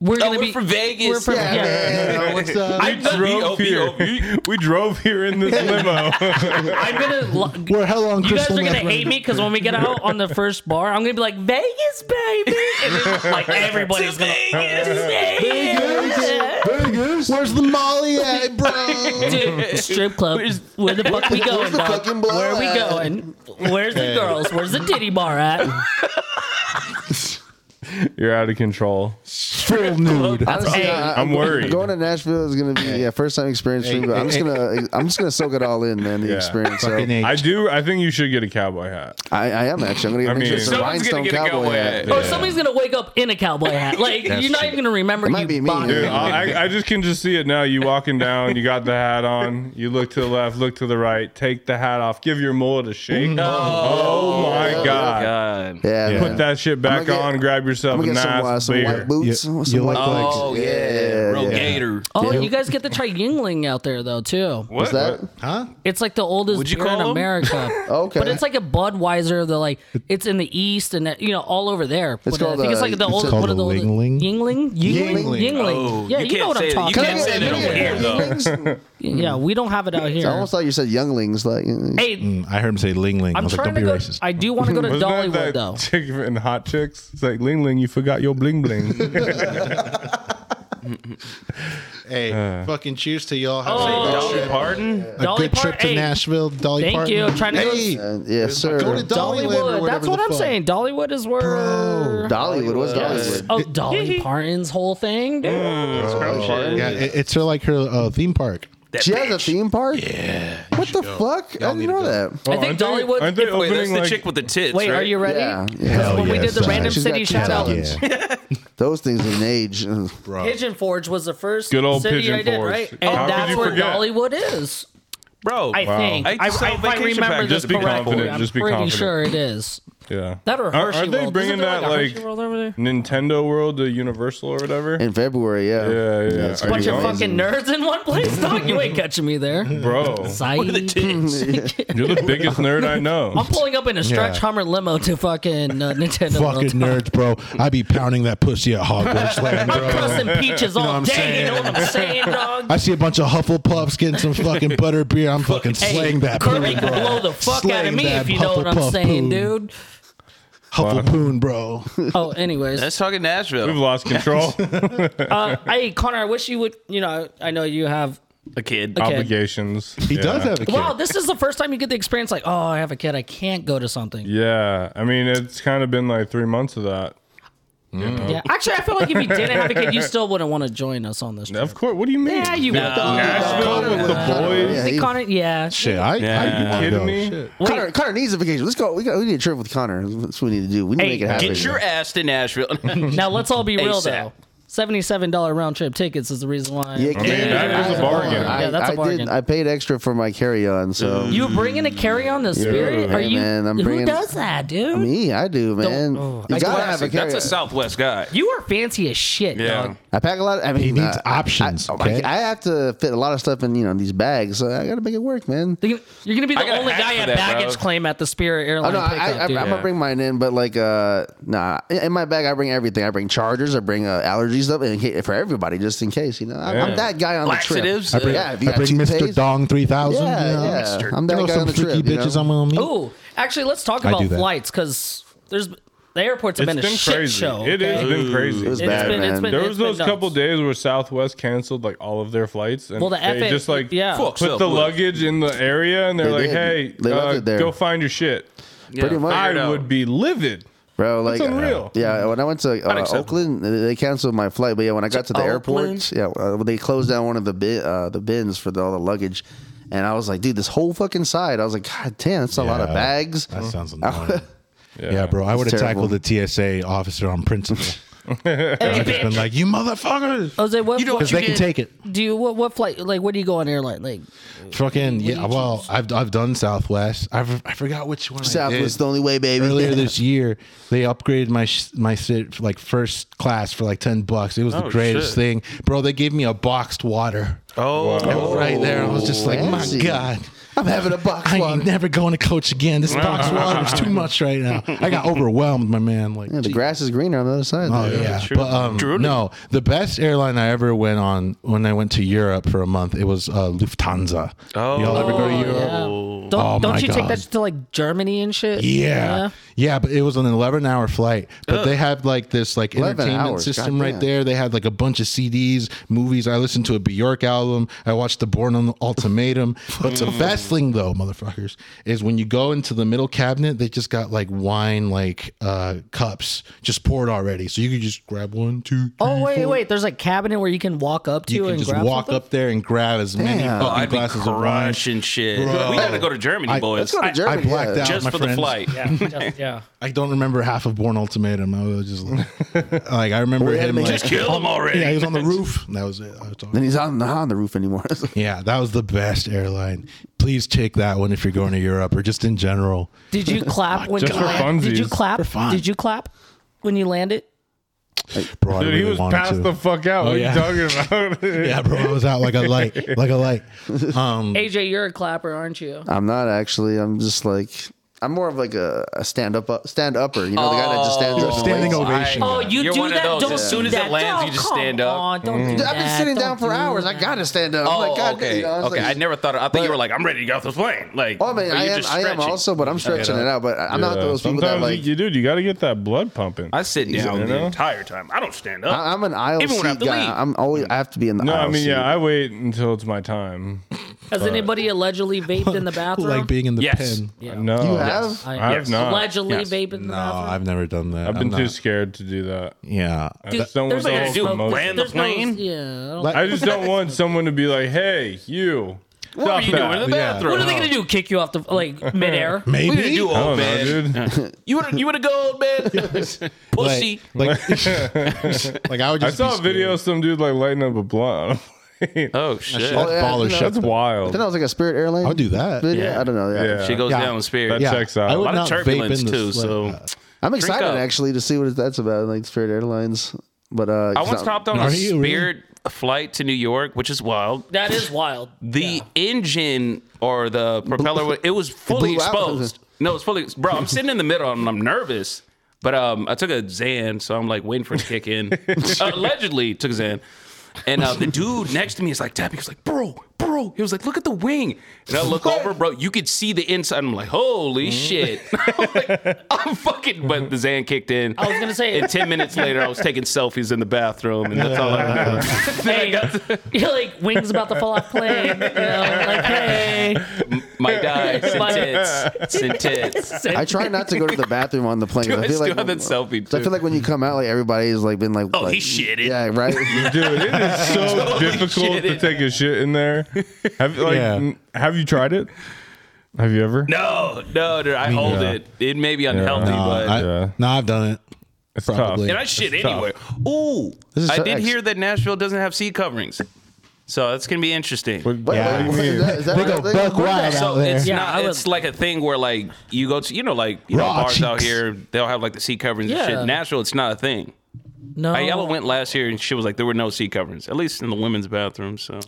We're
oh,
going to
we're
be
from Vegas.
We're from,
Yeah,
yeah.
man.
<laughs>
What's uh,
I
Drove here. <laughs> we drove here
<laughs>
in this limo.
I'm gonna. lo-
We're hell on
You guys
crystal
are gonna
meth,
hate
right?
me because when we get out on the first bar, I'm gonna be like Vegas, baby, and
<laughs>
then, like everybody's gonna. Vegas.
Where's the Molly
<laughs>
at, bro?
Dude, strip club. Where the fuck we going?
the
dog?
fucking blow
Where are we
at?
going? Where's the girls? Where's the titty
<laughs>
bar at?
You're out of control.
Full nude.
Honestly,
Hey,
I-
I'm worried.
Going to Nashville is gonna be yeah first time experience for me, but I'm just gonna I'm just gonna soak it all in, man. The
Yeah.
experience. So
Fucking
I,
A.
I do. I think you should get a cowboy hat.
I am actually. I'm gonna get a
I mean-
picture of a
Someone's gonna
rhinestone
get a
cowboy
cowboy
hat.
hat.
Or somebody's gonna wake up in a cowboy
<laughs>
hat. Like you're not even gonna remember.
It might
you
be me,
bought
dude.
Dude, I, I- I just can just see it now. You walking down, you got the hat on. You look to the left, look to the right, take the hat off, give your mullet a shake. Oh, my god!
God.
Yeah, man.
Put that shit back
I'm gonna get-
on. Grab yourself
I'm
a
gonna get
nice
some, uh, some
beer.
white boots.
Yeah.
Some
You
white
like
boots.
Oh yeah,
Yeah,
bro,
yeah.
Gator.
Oh, you guys get the Chai Yingling out there though too.
What's that?
Huh?
It's like the oldest
Would you
beer in
call 'em?
<laughs>
America.
Okay.
But it's like a Budweiser. They're like it's in the East and you know all over there. But
called,
I think it's
uh,
like the
it's
oldest.
called
What are
a
the oldest?
Yingling?
Yingling. Yingling. Yingling.
Oh,
yeah,
you
you,
can't
know what
say
I'm
that. You
talking
can't
about.
say that over here, though.
Younglings? I
Yeah, we don't have it out here.
almost thought you said younglings. Like, uh,
hey,
I heard him say ling ling. i
I'm
was Mm. like,
trying
don't
to
be
go.
racist.
I do want to go
<laughs>
to
Wasn't that
Dollywood
that
though.
chick in Hot Chicks? It's like Ling Ling, you forgot your
<laughs>
bling bling.
Hey, fucking cheers to y'all. Have
Uh. Oh,
Dolly Parton.
a
Dolly
good
Part-
trip to
hey.
Nashville, Dolly
Thank
Parton.
you. Trying to go-
hey,
uh, yes, sir.
go to Dollywood. or
Dollywood.
whatever
That's
the
what I'm
fuck.
saying. Dollywood is where.
Dollywood. What's Dollywood?
Oh,
<laughs>
Dolly Parton's whole thing, dude.
Yeah, it- it's sort of like her uh, theme park.
She has a theme park. Yeah. What the fuck? I didn't
need to
know
go.
that.
Oh,
I think Dollywood.
aren't they
Wait, that's
opening
the
like?
chick with the tits.
Wait,
right?
are you ready?
Yeah.
That's
yeah.
Hell
when we
yeah,
did the
son.
random
She's
city
got
shout
kids
out.
out <laughs> Those things in age. Ugh.
Bro.
Pigeon Forge was the first
Good old
city
Pigeon
I did,
Forge.
right? And
How could
that's
you
where
forget?
Dollywood is.
bro?
I think.
I
I,
just saw
I, if I
vacation
remember
package.
this
Just be
correctly,
confident,
I'm
just be
pretty
confident.
sure it is.
yeah.
That or
are,
Hershey
are they
World. Isn't
bringing
there
that
like a
like
Hershey World over there?
Nintendo World to Universal or whatever?
In February, yeah.
yeah, yeah.
it's
Are you
Bunch of
going?
fucking nerds in one place, dog. You ain't catching me there.
<laughs>
<laughs>
Bro,
Psych.
you're the biggest nerd I know.
I'm pulling up in a stretch
Yeah.
Hummer limo to fucking uh, Nintendo.
Fucking
World.
nerds, bro. I be pounding that pussy
<laughs>
at Hogwarts Land,
I'm
bro.
crossing peaches
what
all
I'm
day.
saying?
You know what I'm saying, dog?
I see a bunch of Hufflepuffs getting
<laughs>
some fucking butter beer. I'm fucking slaying that
Kirby
poo,
can
bro.
blow the fuck out of
Slaying
me
that
if you know what I'm
Hufflepuff
saying,
poo.
dude.
Hufflepoon, bro.
Oh, anyways,
Let's talk
We've
in Nashville.
lost control.
<laughs> uh, hey Connor, I wish you would. You know, I know you have.
A kid.
Okay.
Obligations.
He
Yeah.
does have a kid.
Wow, this is the first time you get the experience. Like, oh, I have a kid, I can't go to something.
Yeah, I mean, it's kind of been like three months of that.
Yeah, actually, I feel like if you didn't have a kid, you still wouldn't want to join us on this. Trip.
Of course. What do you mean?
Yeah, you would. though.
Nashville with the boys.
Yeah,
Hey,
he-
Connor, yeah.
Shit, I, I
Yeah.
wanna
Kidding
go.
me?
Shit.
Connor, Connor needs a vacation. Let's go. We, got, we need a trip with Connor. That's what we need to do. We need
Hey,
to make it happen.
Get your ass to Nashville.
Now let's all be real
ASAP.
though. Seventy-seven dollar round trip tickets is the reason why.
Yeah,
mean, that is a bargain.
I,
Yeah, that's a
I
bargain.
did. I paid extra for my carry-on, so
You bringing a carry on the spirit?
Yeah.
Are
Hey,
you?
man, I'm
who
bringing- e-
does that, dude?
me, I do, man.
oh,
you gotta have a
Classic. That's
carry-on.
a Southwest guy.
You are fancy as shit,
Yeah.
dog.
I pack a lot. I mean,
He needs
uh,
options.
I,
okay?
I have to fit a lot of stuff in you know these bags, so I gotta make it work, man.
You're gonna- You're gonna be
I
the
got a
only
hack
guy
for
at
that,
baggage
bro.
claim at the Spirit
Oh
Airline
no, I, I,
pickup,
I'm
dude.
gonna bring mine in, but like, uh, nah. In in my bag, I bring everything. I bring chargers. I bring uh, allergies up in case, for everybody, just in case. You know, I,
Yeah.
I'm that guy on the trip.
Laxatives?
I
I
bring,
bring-
yeah, if you
I
got
bring Mr.
toothpaste,
Dong 3000.
Yeah,
you know?
yeah. I'm that
You know,
guy on
some
the
freaky
trip, you
bitches
know?
I'm gonna meet.
Ooh, actually, let's talk
I
about
do that.
flights because there's the airport's have
It's
been a
been
shit
crazy.
show.
It
okay?
has been crazy.
It was
It's
bad,
been-
man.
it's been-
There was those
nuts.
couple days where Southwest canceled like all of their flights, and
Well, the
they
FA
just like
yeah.
Fuck
put
up,
the
look.
luggage in the area, and they're
They
like,
did.
"Hey,
They left
uh,
it there.
go find your shit."
pretty much.
I
Figured out.
would be livid.
bro. Like, uh,
That's unreal.
yeah. When I went to uh,
Unacceptable.
Oakland, they canceled my flight. But yeah, when I got to, the
Oakland?
airport, yeah, uh, they closed down one of the bi- uh, the bins for the, all the luggage, and I was like, dude, this whole fucking side. I was like, god damn, that's a lot of
Yeah,
bags.
That
<laughs>
sounds annoying. yeah. bro. I would have
terrible.
tackled the TSA officer
<laughs>
on principle. I've just been like, you motherfuckers.
Jose, what,
You know
what
Because
you
they can
did-
take it.
do you what, what flight? Like, where do you go on airline? Like,
Fucking, yeah. Well, I've, I've done Southwest. I've, I forgot which one. I
Southwest
did.
the only way, baby.
<laughs> earlier this year they upgraded my sh- my sit like first class for like 10 bucks it was the
Oh,
greatest
shit.
thing bro they gave me a boxed water
Oh,
It was right there i was just like
Fancy.
my god
<laughs> I'm having a box
I
lunch.
ain't never going to coach again. This boxed water is too much right now. I got overwhelmed, my man. Like,
Yeah, the grass is greener on the other side.
Oh
there.
yeah, but um, no, the best airline I ever went on when I went to Europe for a month, it was uh, Lufthansa.
Oh.
y'all ever go to
Oh,
Europe?
yeah. don't
Oh,
don't
my
you take that
God.
to like Germany and shit?
Yeah. yeah. but it was an 11 hour flight. But they had like this like
11
entertainment
hours,
system
goddamn.
right there. They had like a bunch of CDs, movies. I listened to a Bjork album. I watched the Born on the
<laughs>
Ultimatum. but the best thing though, motherfuckers, is when you go into the middle cabinet, they just got like wine like uh cups just poured already. So you could just grab one, two, three.
Oh wait, wait. There's a cabinet where you can walk up to
You
and
can just
grab
walk
something?
up there and grab as many
Damn.
fucking
Oh, I'd be
glasses of wine.
crushing shit.
Bro.
We gotta go to Germany,
I-
Let's
boys.
go to
I-
Germany.
I blacked
yeah.
out.
just
my
for the
friends.
flight.
Yeah,
<laughs>
just- yeah.
I don't remember half of Born Ultimatum. I was just
<laughs>
like, like I remember
We had to
him
make-
like
Just
Kill him already.
Yeah, he was on the roof. That was it. I was talking-
Then he's on, not on the roof anymore. <laughs>
Yeah, that was the best airline. Please take that one if you're going to Europe or just in general.
Did you clap when
Just
you
for
land- Did you
funsies.
clap?
For fun.
Did you clap when you landed?
Bro, I
Dude, he
really
was
wanted
passed
to.
the fuck out.
Oh,
what
yeah.
are
<laughs>
you talking about? <laughs>
yeah, bro, I was out like a light, like a light. Um,
AJ, you're a clapper, aren't you?
I'm not actually. I'm just like I'm more of like a, a stand up uh, stand upper. You know, the guy that just stands up. and
standing
waits.
ovation.
Oh, you
You're
do
one of
that.
those.
Don't
As
do
soon as it
that.
lands,
Don't-
you just
come
stand up.
on, don't do
Dude, Mm. I've been
that.
sitting
Don't
down for
do
hours. I
that.
gotta stand up. I'm
Oh,
like, God,
okay.
you know, it's
okay,
like-
I never thought. I thought you
but-
were like, I'm ready to get off this plane. Like,
Oh, I mean,
but
I
you're
am.
just
I am
stretching.
also, but I'm stretching it out. But I- I'm not
Yeah,
those people that
Sometimes
like.
you, dude, you got to get that blood pumping.
I sit down
You
the
know?
entire time. I don't stand up.
I- I'm an aisle
Even when I
seat
have to leave.
guy. I'm always. I have to be in the.
No,
aisle
I mean,
seat.
yeah, I wait until it's my time.
Has anybody allegedly
<laughs>
vaped in the bathroom?
like being in the
Yes.
pen.
Yeah.
No,
You have?
I have
Yes.
not.
allegedly
Yes.
vaped in the
No,
bathroom.
I've never done that.
I've been
I'm
too
not-
scared to do that.
Yeah,
I just don't want
there's
the
no
whole
do?
smoke-
promotion.
Land the
there's no-
plane?
yeah. I don't-
<laughs>
Like-
I just
<laughs>
don't want someone to be like, "Hey, you,
what are you doing in the
Yeah.
bathroom?
What are they gonna do? Kick you off the like midair?
What are you
maybe.
gonna do,
I don't
old
know,
man? <laughs>
dude.
You wanna you wanna go, old man? Pussy.
<laughs>
Like, <laughs> like, like I would
I
just.
saw a
be scared.
video of some dude like lighting up a blunt. <laughs>
oh shit.
That's
yeah, you
baller
know,
shit.
That's
though.
I
wild.
think that was like a Spirit Airline.
I would do that.
Yeah.
Yeah.
I don't know. Yeah.
Yeah.
She goes
Yeah.
down with spirit.
That
Yeah,
checks out.
I would
A lot
of
not
turbulence,
vape in the
too,
sweat.
so-
Uh,
I'm excited
up.
actually to see what that's about, like Spirit Airlines. But uh,
I
'cause
once
I'm-
hopped on
Are
a
you really?
Spirit flight to New York, which is wild.
That is wild.
The engine or the propeller, it was fully
blew out.
exposed. No, it's fully. Bro, I'm sitting in the middle and I'm nervous. But um, I took a Xan, so I'm like waiting for it to
<laughs>
kick in. Uh, Allegedly took a Xan. And uh, the dude next to me is like tapping. He's like, bro, bro. He was like, look at the wing. And I look over, bro. You could see the inside. I'm like, holy
Mm-hmm.
shit. <laughs> I'm, like, I'm fucking. But the Xan kicked in.
I was gonna say-
And 10 minutes later, I was taking selfies in the bathroom. And that's all
<laughs>
I remember. <laughs>
Hey, <laughs> you're like wings about to fall off plane. You know, like hey,
My <laughs> guy,
My-
sentence,
<laughs>
sentence.
I try not to go to the bathroom on the
<laughs>
plane. 'cause
Dude, I
I feel
still
like
have that selfie,
'cause I
too.
feel like when you come out, like everybody's like been like, oh,
he shitted.
Yeah, right.
Dude, it is
<laughs>
so difficult
shit,
to
it-
take a shit in there.
<laughs>
Have like,
Yeah.
n- have you tried it? Have you ever?
<laughs> No, no, dude, I hold
yeah.
it. It may be unhealthy,
No,
Uh, I,
but
Yeah.
No, I've done it.
It's
Probably.
tough.
And I shit anywhere. Ooh,
is
I did
facts.
hear that Nashville doesn't have seat coverings, so that's gonna be interesting.
What,
Yeah.
what- what is that? Is that
They
a
go
thing?
buck wild out
So
there.
it's
Yeah,
not.
I would-
it's like a thing where like you go to you know like you know
Raw
bars out
cheeks.
here they'll have like the seat coverings and
Yeah. Oh.
shit. Nashville, it's not a thing.
No.
Ayala went last year and she was like there were no seat coverings at least in the women's bathroom. So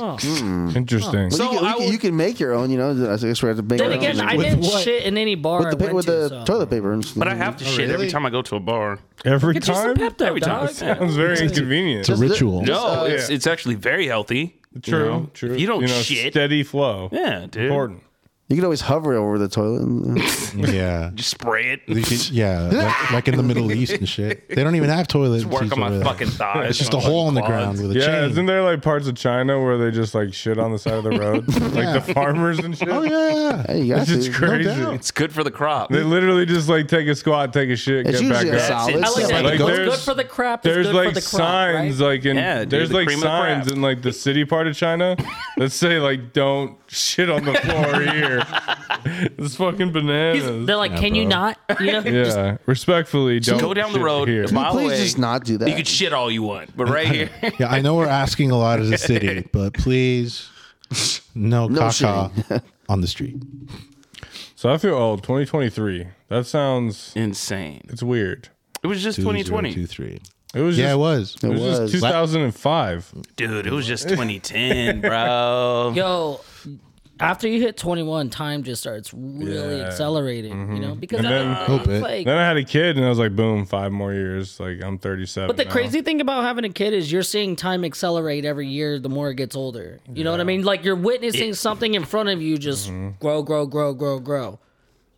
Interesting.
Well, you,
So
can, you,
I
can,
would-
you can make your own, you know. I guess we're at the big.
Then again, I
With
didn't
what?
shit in any bar
with the
I
pa-
went
with the
to, so.
toilet paper. and-
but I have to <laughs> shit every
really?
time I go to a bar.
Every
Get you some
time?
Pepto,
Every time.
dog.
Sounds very inconvenient.
It's a
Just-
ritual.
just-
No,
uh,
it's it's actually very healthy.
True.
You know?
True.
If you don't shit.
Steady flow.
Yeah, dude.
Important.
You can always hover over the toilet. and- uh,
<laughs>
Yeah.
Just spray it.
You can- yeah, like, like in the Middle East and shit. They don't even have toilet
<laughs> Work
seats
on my
over there.
fucking thighs.
It's just
my
a hole in the
fucking
ground
quads.
with a
Yeah,
chain.
isn't there like parts of China where they just like shit on the side of the
<laughs>
road, like the farmers and shit?
oh yeah,
Hey,
<laughs>
you got
It's just
to.
crazy.
doubt.
It's good for the crop.
They literally just like take a squat, take a shit,
It's
get back
usually a
up.
solid.
I like
seven.
that.
Like,
it's good
there's-
for the crap. It's
There's
good
like
for the crop,
signs
Right?
like in
Yeah, dude,
there's
the
like
cream of the crop.
signs in like the city part of
<laughs>
China that say like don't shit on the floor here. it's fucking bananas.
They're like, can you not? <laughs> You know?
yeah, respectfully, don't
Go down the
shit
road
here.
a mile
Please
away.
just not do that.
You could shit all you want, but right here,
<laughs> yeah. I know we're asking a lot of the
<laughs>
city, but please, no,
No
caca <laughs> on the street.
So I feel old. 2023. That sounds.
insane.
It's weird.
It was just
Two, zero,
2020,
two, three.
It was.
Yeah,
just,
it was.
It was,
was.
just 2005.
dude. It was just
<laughs>
2010, bro.
Yo, after you hit 21, time just starts really
Yeah. Mm-hmm.
accelerating, you know? Because
And then-
I,
Hope it.
like,
Then I had a kid, and I was like, boom, five more years. Like I'm 37.
but the
now.
crazy thing about having a kid is you're seeing time accelerate every year the more it gets older. You know what I mean? Like you're witnessing something in front of you just
Mm-hmm.
grow, grow, grow, grow, grow.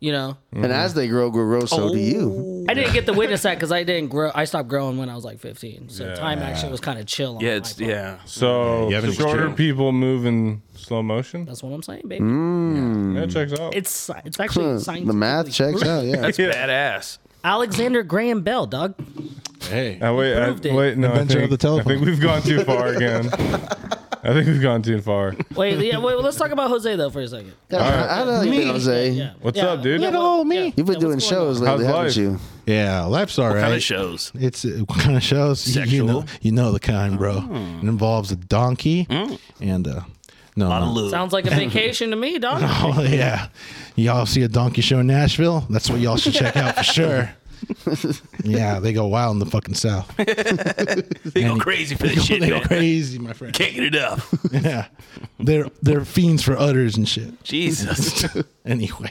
You know?
And as they grow, grow, grow, so do you.
I didn't get to witness that because I didn't grow. I stopped growing when I was like 15. So
Yeah.
time actually was kind of chill. On
Yeah,
my
it's
part.
yeah.
So
you haven't
shorter
experienced-
people move in slow motion.
That's what I'm saying, baby.
Mm-hmm.
That checks out.
Mm. It's sci- it's
Huh,
Oh,
actually science.
The math checks out. Yeah.
That's badass.
Alexander Graham Bell, dog.
Hey,
Uh, wait, I,
proved it.
wait, no, I
Inventor
think,
of the telephone.
I think we've gone too far again.
<laughs>
I think we've gone too far.
Wait, yeah, wait. Let's talk about Jose though for a second.
<laughs> I don't know you been, Jose.
Yeah.
What's
Yeah.
up, dude?
Yeah, well, yeah.
You've been
Yeah,
doing
what's going
shows
on?
lately,
How's
haven't
life?
you?
yeah, life's all right.
Kind of shows.
It's <laughs> it kind of shows you- you know
Sexual. Hmm.
you know the kind, bro. It involves a donkey and uh, no,
A lot of
no.
lube.
Sounds like a vacation to me, dog.
<laughs> Oh yeah, y'all see a donkey show in Nashville? That's what y'all should check out
<laughs>
for sure. yeah, they go wild in the fucking
<laughs>
south. <laughs> they
they go crazy for this shit.
go
man.
crazy, my friend.
Can't get it up.
Yeah, they're they're fiends for udders and shit.
Jesus.
<laughs> Anyway,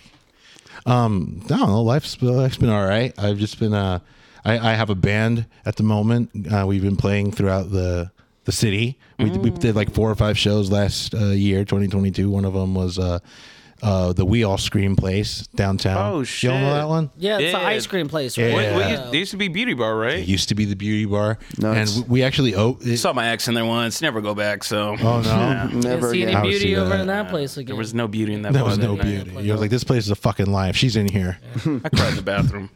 um, I don't know. Life's life's been all right. I've just been uh, I I have a band at the moment. Uh, we've been playing throughout the the city. We, we
Mm.
did like four or five shows last uh, year, 2022. One of them was uh, uh, the We All Scream place downtown.
Oh,
You all know
shit.
that one?
Yeah, it's an
Yeah.
ice cream place.
<laughs> Yeah.
Right?
What, what
Yeah.
used, they used to be beauty bar, right?
It used to be the beauty bar,
Nice.
and we we actually oh, it,
Saw my ex in there once. Never go back. So
oh no,
<laughs>
Didn't
Never
see
again.
any
I would see
beauty over
that.
in that place again.
there was no beauty in that.
there
bar
was
that
no
night.
beauty. You're like this place is a fucking life. She's in here.
I cried in
<laughs>
the bathroom.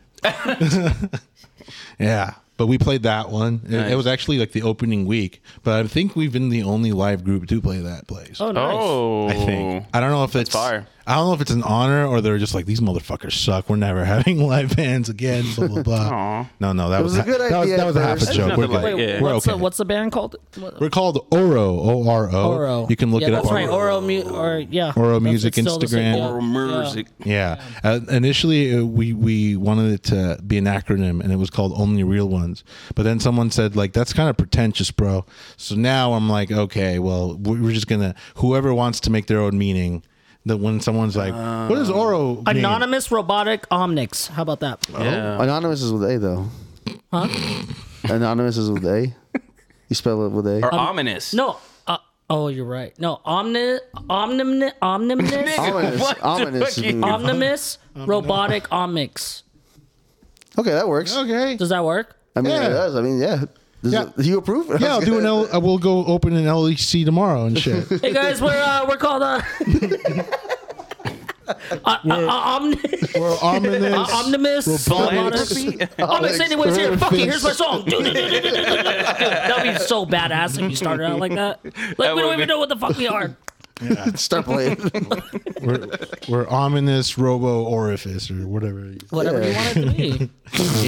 Yeah. But we played that one. It, it was actually like the opening week. But I think we've been the only live group to play that place.
oh, nice.
Oh,
I think. I don't know if it's
fire.
I don't know if it's an honor or they're just like these motherfuckers suck. We're never <laughs> having live bands again. Blah blah blah. no, no, that
was a
was,
good
that was
idea
that
at
was a half a
first.
joke.
There's
We're,
nothing
good.
like- yeah.
We're
What's
okay.
the what's the band called?
We're called Oro O R O.
Oro.
You can look
yeah,
it up.
That's
on-
right. Oro, mu- or yeah.
Oro
That's-
Music,
it's still the same.
Instagram.
Yeah.
Or music.
Yeah. Uh, initially, uh, we we wanted it to be an acronym, and it was called Only Real Ones. But then someone said, like, that's kind of pretentious, bro. So now I'm like, okay, well, we- we're just gonna whoever wants to make their own meaning. That when someone's like, what is Oro? mean?"
Ah. Anonymous robotic omnics. How about that?
Anonymous is with A though. Huh? <laughs> Anonymous is with A. You spell it with A.
Or ominous.
Um, No. Uh, oh, you're right. No. Omni omnim
<laughs>
omnimus
Ominous.
<laughs>
Ominous. is-
omnimus robotic omnics.
Okay, that works.
Okay.
Does that work?
I mean,
Yeah.
it does. I mean, yeah. Does
Yeah.
It, you approve?
Yeah, I'll do an L.
<laughs>
uh, We'll go open an LEC tomorrow and shit.
Hey guys, we're uh, we're called <laughs> uh, uh, uh, omni-
Or ominous.
omnimus robotics.
Philanthropy?
Omnics. Anyways, here, fuck it. Here's my song. That'd be so badass if you started out like that. Like we
would've
don't even
been-
know what the fuck we are.
Start playing.
We're, we're ominous robo orifice or <laughs> whatever.
Whatever you want it to be.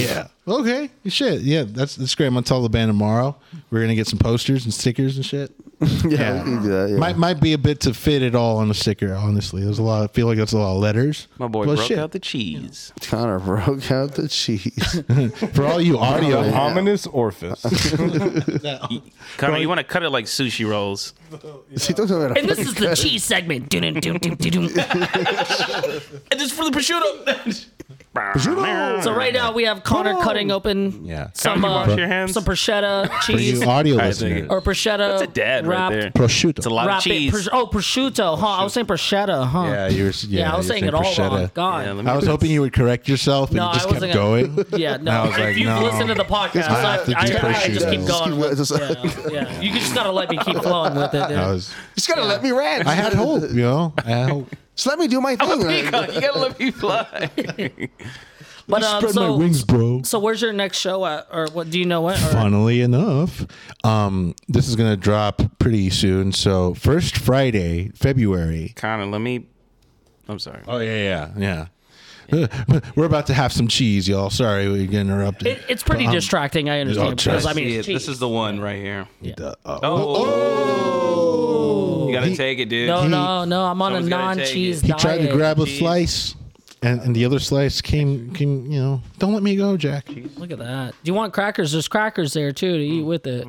Yeah. Okay. Shit. Yeah. That's that's great. I'm gonna tell the band tomorrow. We're gonna get some posters and stickers and shit.
yeah, we can do that. Yeah.
Might might be a bit to fit it all on a sticker. Honestly, there's a lot. I feel like that's a lot of letters.
My boy
But
broke
shit,
out the cheese.
Connor broke out the
<laughs>
cheese.
for all you
<laughs>
audio.
The ominous
<laughs>
orifice.
Connor, you want to cut it like sushi rolls.
See, don't tell me how to
And this is the cheese segment. Dun-dun, dun, dun, dun, dun.
And this for the prosciutto.
so right now we have Connor cutting open
Yeah.
some
Connor, you wash your
uh,
hands?
some prosciutto
for
cheese
you audio
I
listeners.
think-
or prosciutto
That's a dad right
wrapped
there. It's a
Prosciutto.
lot of
wrap it.
cheese.
Pros- oh, prosciutto, huh? I was saying prosciutto, huh?
Yeah, you were.
Yeah,
Yeah,
I was
you were
saying it all
prosciutto.
wrong. God.
Yeah, let me-
I was hoping you would correct yourself, and
No,
you
I
just
wasn't
kept going.
Yeah, no.
I was like,
if you
no.
listen to the podcast,
I
I,
have
I,
to do
I, just
prosciutto.
keep going. with-
Just keep going.
yeah, yeah. You just gotta let me
<laughs>
keep flowing with it. dude.
I was.
Just gotta let me rant.
I had hope. You know. I had hope.
Just let me do
<laughs> Oh
my thing.
Peacock, you gotta let
<laughs>
me fly.
but um,
Spread my
so,
wings, bro.
so where's your next show at, or what? Do you know what? Or,
Funnily enough, um, this is gonna drop pretty soon. So first Friday, February.
Connor, let me. I'm sorry.
Oh yeah, yeah, yeah. <laughs> Uh, We're about to have some cheese, y'all. Sorry we get interrupted.
it, it's pretty distracting. I understand
oh,
because I
trust
mean,
Yeah,
it's
this
cheese.
is the one right here.
Uh, oh.
Oh, you gotta
He-
take it, dude.
no,
he-
no, no. I'm on a
Someone's gonna take
non-cheese
it.
he
diet.
tried to grab a
Cheese.
slice, and, and the other slice came came. You know, don't let me go, Jack.
Look at that. Do you want crackers? There's crackers there too to eat
Mm.
with it.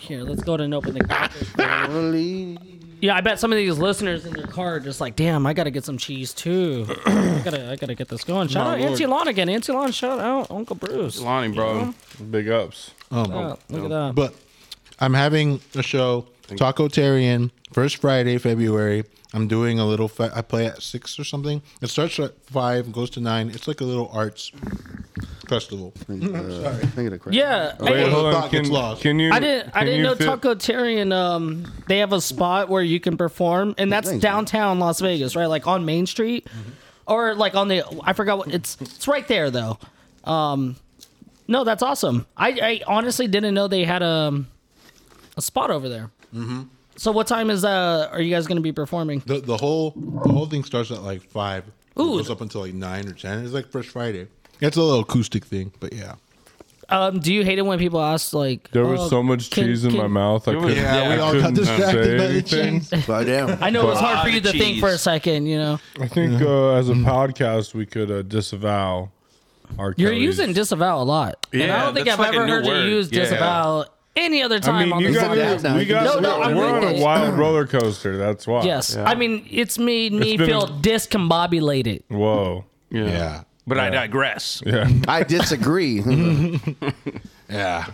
Here, let's go ahead and open the crackers. <laughs> Yeah, I bet some of these listeners in their car are just like, damn, I gotta get some cheese too. I gotta, I gotta get this going. Shout out Auntie Lon again. Auntie Lon, shout out Uncle Bruce.
Lonnie, bro.
Big ups.
Yeah, look at that.
But I'm having a show, Taco Tarian, first Friday, February. I'm doing a little. Fe- I play at six or something. It starts at five, goes to nine. It's like a little arts festival.
uh,
yeah,
Wait,
I,
hold on.
Can,
It's lost.
can you?
I didn't, I
can
didn't
you
know
fit-
Taco Tarian. Um, they have a spot where you can perform, and that's
Amazing.
downtown Las Vegas, right? Like on Main Street, or like on the. I forgot what it's. It's right there though. Um, no, that's awesome. I, I honestly didn't know they had a, a spot over there. Mm-hmm. So what time is uh? Are you guys gonna be performing?
The, the whole the whole thing starts at like five. It
Ooh.
goes up until like nine or ten. It's like first Friday. It's a little acoustic thing, but yeah.
Um, do you hate it when people ask like?
There was
oh,
so much
can-
cheese in my
can-
mouth. I couldn't.
yeah, we
I
all got
couldn't
distracted
say
by the
anything.
cheese.
Slow down.
I know it was hard
Ah,
for you to
the
think for a
cheese.
second. You know,
I think uh, as a
Mm-hmm.
podcast, we could uh, disavow our.
you're using disavow a lot. and I
Yeah,
don't think I've
that's like a
ever
new
heard
word.
you use
Yeah.
disavow any other
I
time
mean, you
on this
gotta-
podcast.
guys,
podcast.
we got,
No, no, I'm
we're
with
on a
it.
wild roller coaster. That's why.
Yes, I mean it's made me
been-
feel discombobulated.
Whoa.
Yeah.
But I digress.
Yeah.
<laughs>
I disagree. That's
Yeah.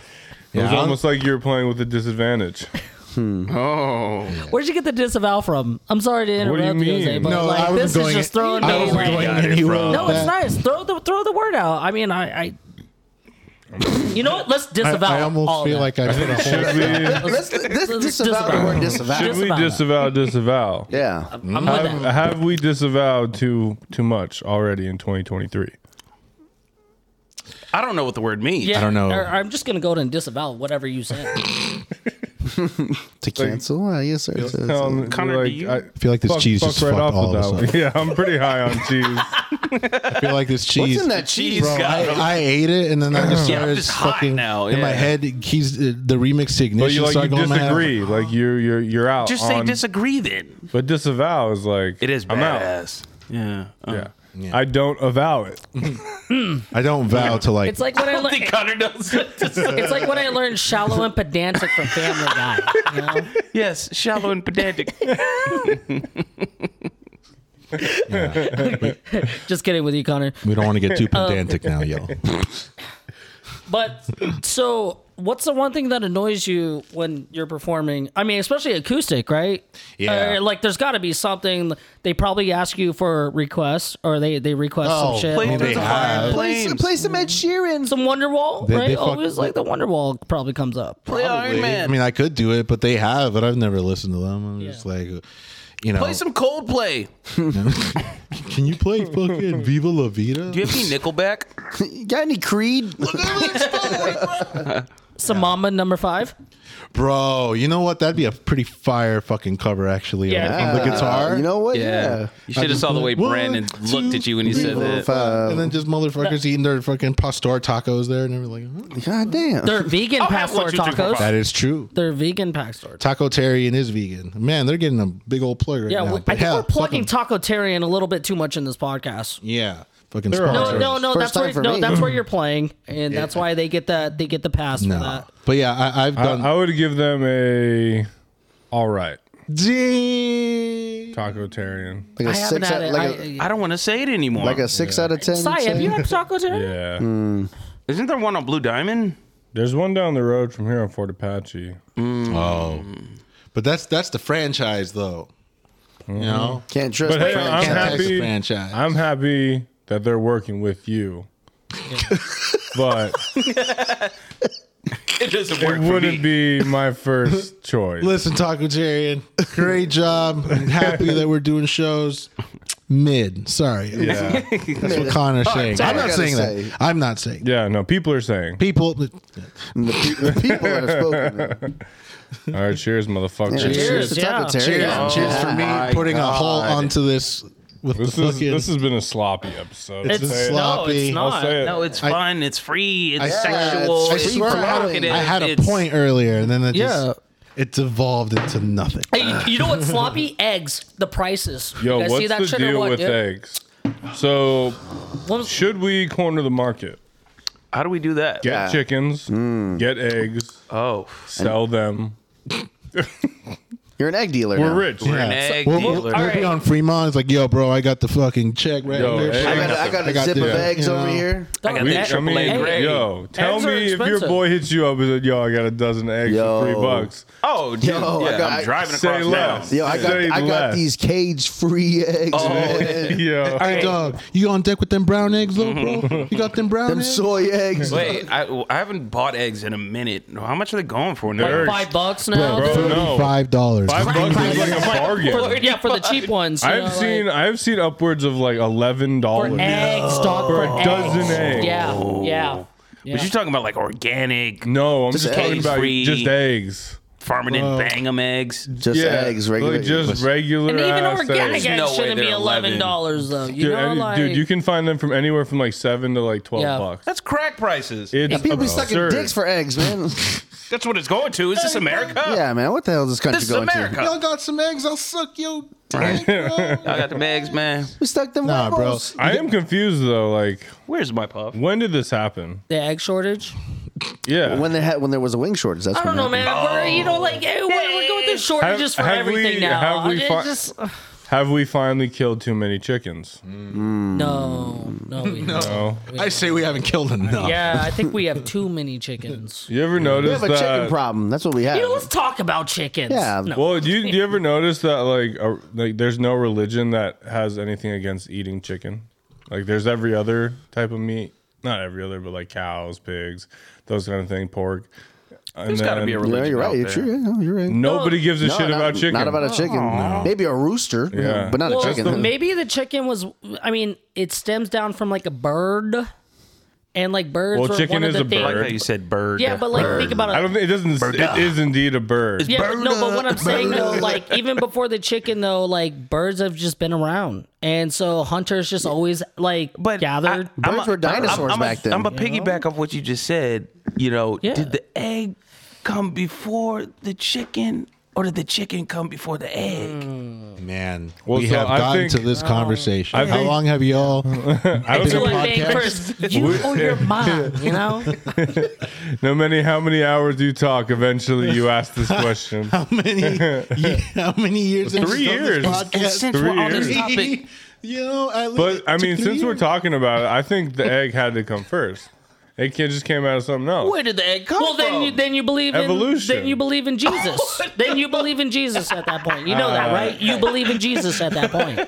It was
Yeah.
almost like you were playing with a
<laughs>
disadvantage.
Oh,
Where'd you get the disavow from? I'm sorry to
What
interrupt
do you
you, Jose,
mean?
but
No,
like
I
this
was
is
going.
just throwing
I
me
was
like.
going anywhere. with
no, it's
that.
nice. Throw the throw the word out. I mean, I, I you know what? Let's
I,
disavow.
I
all
almost
of
feel
that.
like I put a whole
Should we,
this, this disavow the
disavow.
word disavow.
should we disavow disavow?
Yeah.
I'm with
Have,
that.
have we disavowed too too much already in 2023?
I don't know what the word means.
Yeah,
don't know.
or I'm just gonna go ahead and disavow whatever you said.
To cancel? Uh, yes, sir. So- so-
Um,
Connor, do you-
I
feel like this cheese just fucked all of us
one. Yeah, I'm pretty high
<laughs>
on cheese.
I feel like this cheese.
What's in that cheese?
Bro, I, I ate it and then I just
Yeah, I'm
started
just hot
fucking
now,
in my
yeah.
head. Keys uh, the remix ignition.
But you like
started
you
going in my head.
disagree, like you you're you're out.
Just say
on,
disagree then.
But disavow is like
It is
I'm out.
badass. Yeah. Uh,
Yeah. I don't avow it.
I don't vow to like.
It's like when I,
<laughs> I don't
learned.
think Connor does.
It's like when I learned shallow and pedantic from Family Guy. You know?
yes, shallow and pedantic. <laughs>
Just kidding with you, Connor.
we don't want to get too pedantic now, y'all.
But so, what's the one thing that annoys you when you're performing? I mean, especially acoustic, right?
Yeah.
Uh, like, there's got to be something. They probably ask you for requests, or they they request
Oh,
some shit.
please.
Some
They have.
Play some, play some Ed Sheeran.
Some Wonderwall,
They-
right?
they fuck-
Always like the Wonderwall probably comes up.
Play Iron
I
Man.
mean, I could do it, but they have, but I've never listened to them. I'm just like, you know,
Play some Coldplay.
can you play fucking Viva La Vida?
Uh,
Do you have any Nickelback?
You got any Creed?
Samama number five.
Bro, you know what? That'd be a pretty fire fucking cover, actually. on-
Yeah.
On the guitar.
Uh, You know what?
<laughs> Yeah.
Yeah.
You should have saw the way
One,
Brandon looked
two,
at you when you said
Four,
that.
five.
And then just motherfuckers eating their fucking pastor tacos there and everything. Like, huh?
God damn.
They're
<laughs>
vegan
have
pastor
one, two, three, four,
tacos.
five.
that is true.
They're vegan pastor.
Taco Terry and his vegan. Man, they're getting a big old plug right
Yeah,
now.
we-
but
I think
hell,
we're
fuck
plugging
'em.
Taco Terry in a little bit too much in this podcast.
Yeah, fucking
There are-
No,
sponsors.
no, no.
First
that's where
time for
no,
me.
that's
<laughs>
where you're playing, and that's why they get that they get the pass for
No.
that.
But yeah, I, I've
I,
done.
I would give them a all right
Ding.
taco tarian.
Like a
I haven't
six out,
had it.
like, a
I don't want to say it anymore.
like a six out of ten.
Sai,
you'd
have you
say?
had Taco Terry?
<laughs>
Yeah,
Isn't there one on Blue Diamond?
there's one down the road from here on Fort Apache.
Oh, but that's that's the franchise though.
Mm-hmm.
You know,
Can't trust.
But
my
hey,
friend.
I'm
franchise.
happy.
Franchise.
I'm happy that they're working with you.
<laughs>
but
It doesn't
it
work for me.
wouldn't be my
<laughs>
first choice.
listen, Taco Tarian,
<laughs>
great job. I'm happy that we're doing shows. Mid, sorry,
Yeah.
that's what Connor's saying.
sorry.
I'm not
I gotta
saying
say.
that. I'm not saying
yeah, no, people are saying.
people.
The, pe- the people
<laughs>
that have spoken.
All right, cheers, motherfucker.
Cheers.
to
yeah.
Taco Terry.
Cheers,
Oh,
cheers for
my
me putting a hole
God.
onto this with
This
the
is
fucking.
this has been a sloppy episode.
It's
I'll say
No,
it.
sloppy.
it's
I'll
not.
say it.
No, it's
I-
fun. It's free. It's
I-
sexual.
Yeah,
I
it's
it's
free
swear I had,
flowing.
a- I had a
it's-
point earlier, and then it just
Yeah.
it devolved into nothing.
Hey, you, you know what? Sloppy eggs. The prices.
Yo,
you guys
what's
see that
the
shit or
deal
what,
with
dude?
eggs? So,
What was-
should we corner the market?
How do we do that?
Get
Yeah. Hmm.
chickens, get eggs,
Oh,
sell them.
You're an egg dealer.
We're
now.
rich.
Yeah.
egg
we'll,
dealer.
we'll, we'll
All
be on Fremont. It's like, yo, bro, I got the fucking check right
Yo,
there.
hey.
I got, I got a zip of
this,
eggs
you
over
know.
here.
I got
We-
the
I
triple
I mean,
A grade.
yo, tell
Eggs are
me if your
expensive.
boy hits you up and said, "Yo, I got a dozen eggs
Yo.
for
<laughs>
three bucks."
Oh, dude,
Yo, I
yeah,
got-
I'm driving
Say
across
less.
town.
Yo, I got
Say
I got
less. Oh.
these cage free eggs. man.
Yo,
Hey, dog, you on deck with them brown eggs, little
<laughs>
bro? You got them brown
Them
eggs?
soy eggs.
Wait, I, I haven't bought eggs in a minute. How much are they going for now?
They're-
Five bucks now.
Bro,
dude?
no.
Five dollars.
Five bucks is like a
For,
bargain.
yeah, for the
<laughs>
cheap ones. you
I've
know,
seen
like,
I've seen upwards of like eleven
for
dollars.
eggs, dog.
For
For,
a dozen eggs.
Yeah, yeah.
But you're talking about like organic,
No, I'm just, talking about
eggs-free.
just eggs.
farming in Bangham eggs.
Just eggs, regular.
like just regular.
And even
ass
organic
eggs.
eggs
No way
shouldn't be
they're
eleven dollars though. You
Dude,
know,
any-
like,
dude, you can find them from anywhere from like seven to like twelve
Yeah.
bucks.
That's crack prices.
It's
People be
absurd.
sucking dicks for eggs,
<laughs>
man.
That's what it's going to. Is this America?
yeah, man. What the hell is this country
This is
going
<laughs>
America.
to?
Y'all got some eggs? I'll suck yo. dick, bro.
I got the eggs, man.
We stuck them
Nah, bro.
waffles.
I am confused though. Like,
Where's my puff?
when did this happen?
the egg shortage.
Yeah.
When they had when there was a wing shortage. That's
I don't
when
know,
that-
man. We're you know like eh, we're, we're going through shortages for
Have- have
everything
we-
now.
have we
It's
fi-
just,
Have we finally killed too many chickens?
no, <laughs> no, we haven't.
No.
I say we haven't killed enough.
Yeah, I think we have too many chickens.
You ever
We
notice
have a chicken
that?
problem. That's what we have.
You know, let's talk about chickens.
Yeah.
No.
well, do you, do you ever notice that like a, like there's no religion that has anything against eating chicken? Like there's every other type of meat, not every other, but like cows, pigs, those kind of thing, pork. And
There's got to
then
be a
yeah,
religion.
you're right.
out
You're
there.
true. Yeah, no, you're right.
Nobody gives a
No,
shit
not,
about chicken.
Not about a chicken. Maybe a rooster.
Yeah.
But not
Well,
a chicken.
Maybe the chicken was. I mean, it stems down from like a bird, and like birds.
Well,
were
chicken
one of
is
the
a
I
things-
like how
bird.
you said bird.
Yeah, but like think about it.
I don't think it doesn't. It is indeed a bird.
Yeah, but no, but what I'm saying
<laughs>
though, like even before the chicken though, like birds have just been around, and so hunters just always like
but
gathered.
I- I'm
Birds
a-
were
I'm-
dinosaurs
I'm, I'm
back
a,
then,
I'm a
you
piggyback off what you just said. You know,
Yeah.
did the egg come before the chicken, or did the chicken come before the egg?
Man,
Well,
we
so
have
I
gotten
think-
to this conversation.
I
How
think-
long
<laughs>
have y'all?
I don't
Do
think
a
it,
podcast.
babe, first. You or your mom, you <laughs> know?
no many how many hours you talk. Eventually, you
<laughs>
ask this question.
How
<laughs>
many? yeah, how many years? have
Three
you done this
years.
And
Podcast?
since
Three
we're on this
years. <laughs>
topic,
you know, at least
But I
it took
mean,
three
since we're
years.
talking about it, I think the egg had to come first. It can't just came out of something else.
where did the egg come
Well,
from?
then you then you believe in
Evolution.
Then you believe in <laughs> Jesus. then you believe in Jesus at that point. You know that, right? You believe in Jesus at that point.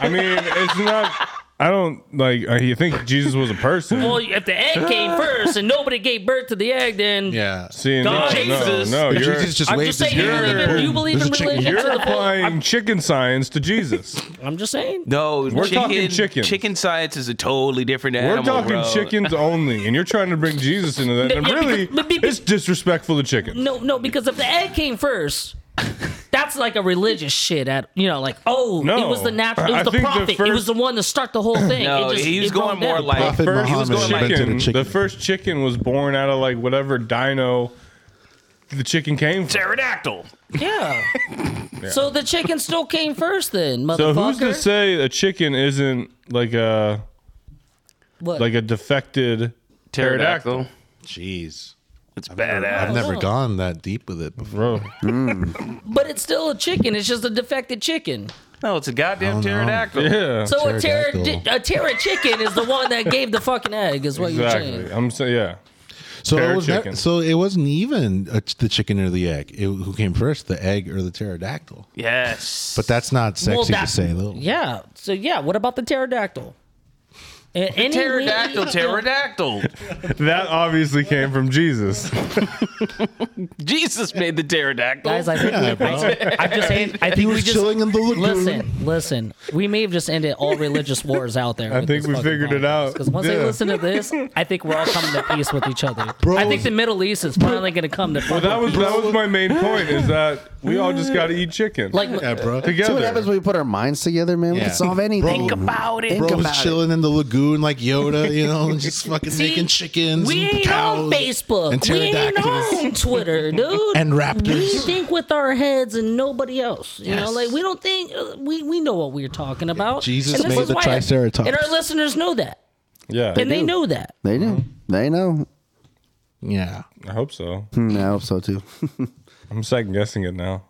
I mean, it's not. I don't like. I you think Jesus was a
<laughs>
person?
Well, if the egg <laughs> came first and nobody gave birth to the egg, then
Yeah.
See, no,
God,
no,
Jesus.
no,
But
oh, you're,
Jesus just
I'm
waved
just
his
saying,
hand.
you
and
believe in- you believe
boom, there's a
in
chicken
religion?
here.
you're applying chicken science to Jesus.
I'm just saying.
No,
We're
chicken,
talking chickens.
Chicken science is a totally different
We're
animal.
talking
bro.
chickens only, and you're trying to bring Jesus into that.
Yeah,
And
yeah,
really,
because- but- but-
it's disrespectful to chicken.
No, no, because if the egg came first, that's like a religious shit. At you know, like oh,
No.
it was the natural, it
I
was the
think the
prophet, it was
first-
the one to start the whole thing.
No,
it just,
he was
it broke
going more
down.
like
Prophet
First
Muhammad
going like-
invented
chicken,
a chicken.
the first chicken was born out of like whatever dino the chicken came from.
pterodactyl.
yeah. So the chicken still came first, then motherfucker.
So who's to say a chicken isn't like a
What?
like a defected pterodactyl?
Jeez.
It's badass.
I've never gone that deep with it before.
Bro,
but it's still a chicken. It's just a defective chicken.
Oh, No, it's a goddamn
don't know.
pterodactyl. <laughs>
yeah,
So a terror,
Pterodactyl.
a terror chicken is the one that gave the fucking egg, is what you're
exactly.
saying.
I'm saying yeah.
So
Pear
it, was
chicken.
ne- so it wasn't even uh the chicken or the egg. It, who came first, the egg or the pterodactyl?
Yes.
But that's not sexy to
that-
say, though.
Yeah. So yeah, what about the pterodactyl? A- any
pterodactyl,
weenie-
pterodactyl.
That obviously came from Jesus.
Jesus made the pterodactyl.
Guys, I think we, I, I just saying, I
He
think we
was
just
chilling in the lagoon.
listen, listen. We may have just ended all religious wars out there.
think we figured it out.
because once they
Yeah.
listen to this, I think we're all coming to peace with each other.
Bro.
I think the Middle East is finally going to come to.
Well, that was that was my main point is that we all just got to eat chicken
like
Yeah, bro.
See what
together.
happens when we put our minds together, man? We
Yeah.
can solve anything.
Bro,
about it. Think
Bro was
about it.
chilling in the lagoon like Yoda, you
<laughs>
know, and just fucking
See,
making chickens
We
and
ain't
cows
on Facebook.
and
we ain't
pterodactyls.
on
<laughs>
Twitter, dude.
And raptors.
We think with our heads and nobody else. You know,
Yes.
like we don't think uh, we we know what we're talking about.
Jesus
and this
made
is
the
why-
triceratops.
and our listeners know that,
yeah,
and they know that.
They do. They know.
Yeah.
I hope so.
Hmm, I hope so <laughs> too.
I'm second guessing it now.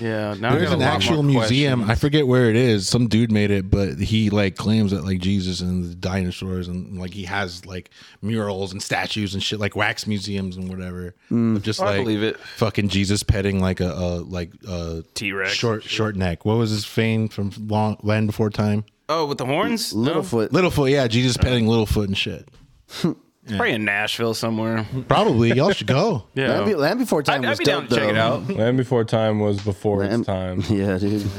yeah, now I
There's
got a
an
lot
actual
more
museum.
questions.
I forget where it is. Some dude made it, but he like claims that like Jesus and the dinosaurs and like he has like murals and statues and shit like wax museums and whatever.
Mm.
Of just like
believe it.
fucking Jesus petting like a, a like a
T-Rex
short short neck. What was his fame from long land before time?
Oh, with the horns? No,
Littlefoot.
Littlefoot, yeah, Jesus petting Littlefoot and shit.
probably in Nashville somewhere.
Probably y'all should go.
Yeah.
Land, Be- Land Before Time
I'd, I'd
was
be
dope,
down to check
though.
it out.
Land before time was before
Land-
its time.
<laughs> Yeah, dude.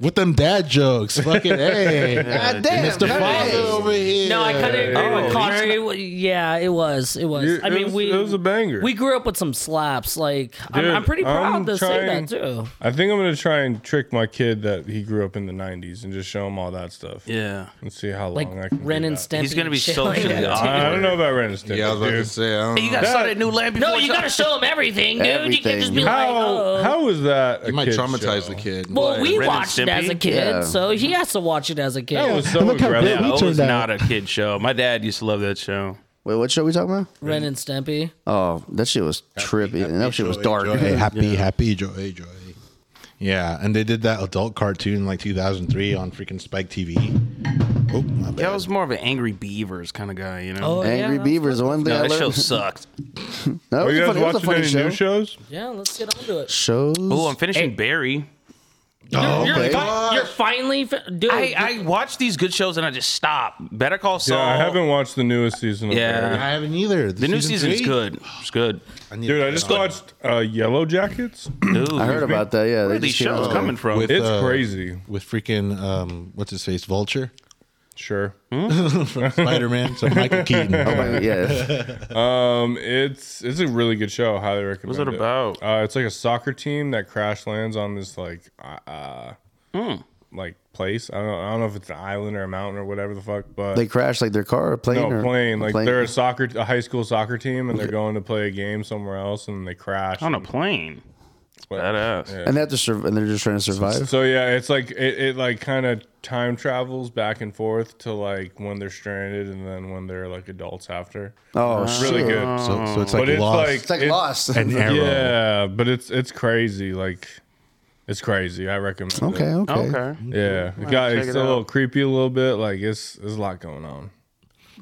with them dad jokes. Fucking hey,
God damn,
Mr.
Kanye.
Father over here.
No, I kind of agree
Oh,
with Connor. It wa- yeah, it was. It was.
It-
I
it
mean,
was-
we
it was a banger.
We grew up with some slaps. Like I'm,
Dude,
I'm pretty proud
I'm
to
trying-
say that too.
I think I'm gonna try and trick my kid that he grew up in the '90s and just show him all that stuff.
<laughs> Yeah.
and see how
Like
long Oh, I can. do
Ren and
that.
Stimpy.
He's going to be
and shit
socially
like that.
awkward.
I, I don't know about Ren and Stimpy.
Yeah, I was about to
dude.
say. I
You
don't know.
got to start a new land <laughs> before
No, you
time.
got to show him everything, dude. You
Everything.
can't just be like,
How
oh.
how is that? A
You might
kid's
traumatize
show?
the kid.
Well,
What,
we
Ren and
watched it as a
Stimpy?
kid,
Yeah.
so he has to watch it as a kid.
That was so
And look how
aggressive.
big
Yeah,
We
it was
turned out-
not a kid show. My dad used to love that show.
Wait, what show we talking about?
Ren and Stimpy.
Oh, that shit was trippy. and that shit was dark. <laughs>
Joy, happy, happy, joy, joy. Yeah, and they did that adult cartoon like 2003 on freaking Spike TV. Oh, my bad.
Yeah, I was more of an angry beavers kind of guy, you know.
Oh,
Angry
yeah,
Beavers, one thing
no,
I
that show
learned.
sucked.
No,
Are
it was
you
a funny, it
guys
was a
watching
funny
any
show.
new shows?
Yeah, let's get on to it.
Shows.
Oh, I'm finishing Barry.
Oh,
you're,
okay.
fi- you're finally, fi- dude.
I, I watch these good shows and I just stop. Better Call Saul.
Yeah, I haven't watched the newest season. Of
Yeah.
Barry.
I haven't either.
The new season's
three?
good. It's good.
I need
dude,
to
I
put
just
it on.
watched uh, Yellow Jackets.
Dude,
I heard about that. Yeah,
Where
they
are these
just came
shows
out.
coming from?
With,
It's
uh,
crazy.
with freaking um, what's his face, Vulture,
Sure.
Spider Man, so Michael Keaton.
Like, yeah,
Um, it's it's a really good show. Highly recommend.
What's it about?
Uh, it's like a soccer team that crash lands on this like uh, uh like place. I don't know, I don't know if it's an island or a mountain or whatever the fuck, but
<laughs> they crashed like their car, a plane,
no
or
plane. Like
plane.
they're a soccer, a high school soccer team, and they're going to play a game somewhere else, and they crash.
on a plane.
But-
Badass.
and they have to sur- and they're just trying to survive.
So yeah, it's like it, it like kind of time travels back and forth to like when they're stranded and then when they're like adults after.
Oh,
It's
shit.
really good.
So, so it's
But
like
it's
lost
like
It's like <laughs>
it-
Lost.
and arrow.
Yeah, but it's it's crazy. Like it's crazy. I recommend.
okay,
It.
okay.
Okay.
Yeah, it got,
check
it's
it
a
out.
little creepy a little bit. Like it's there's a lot going on.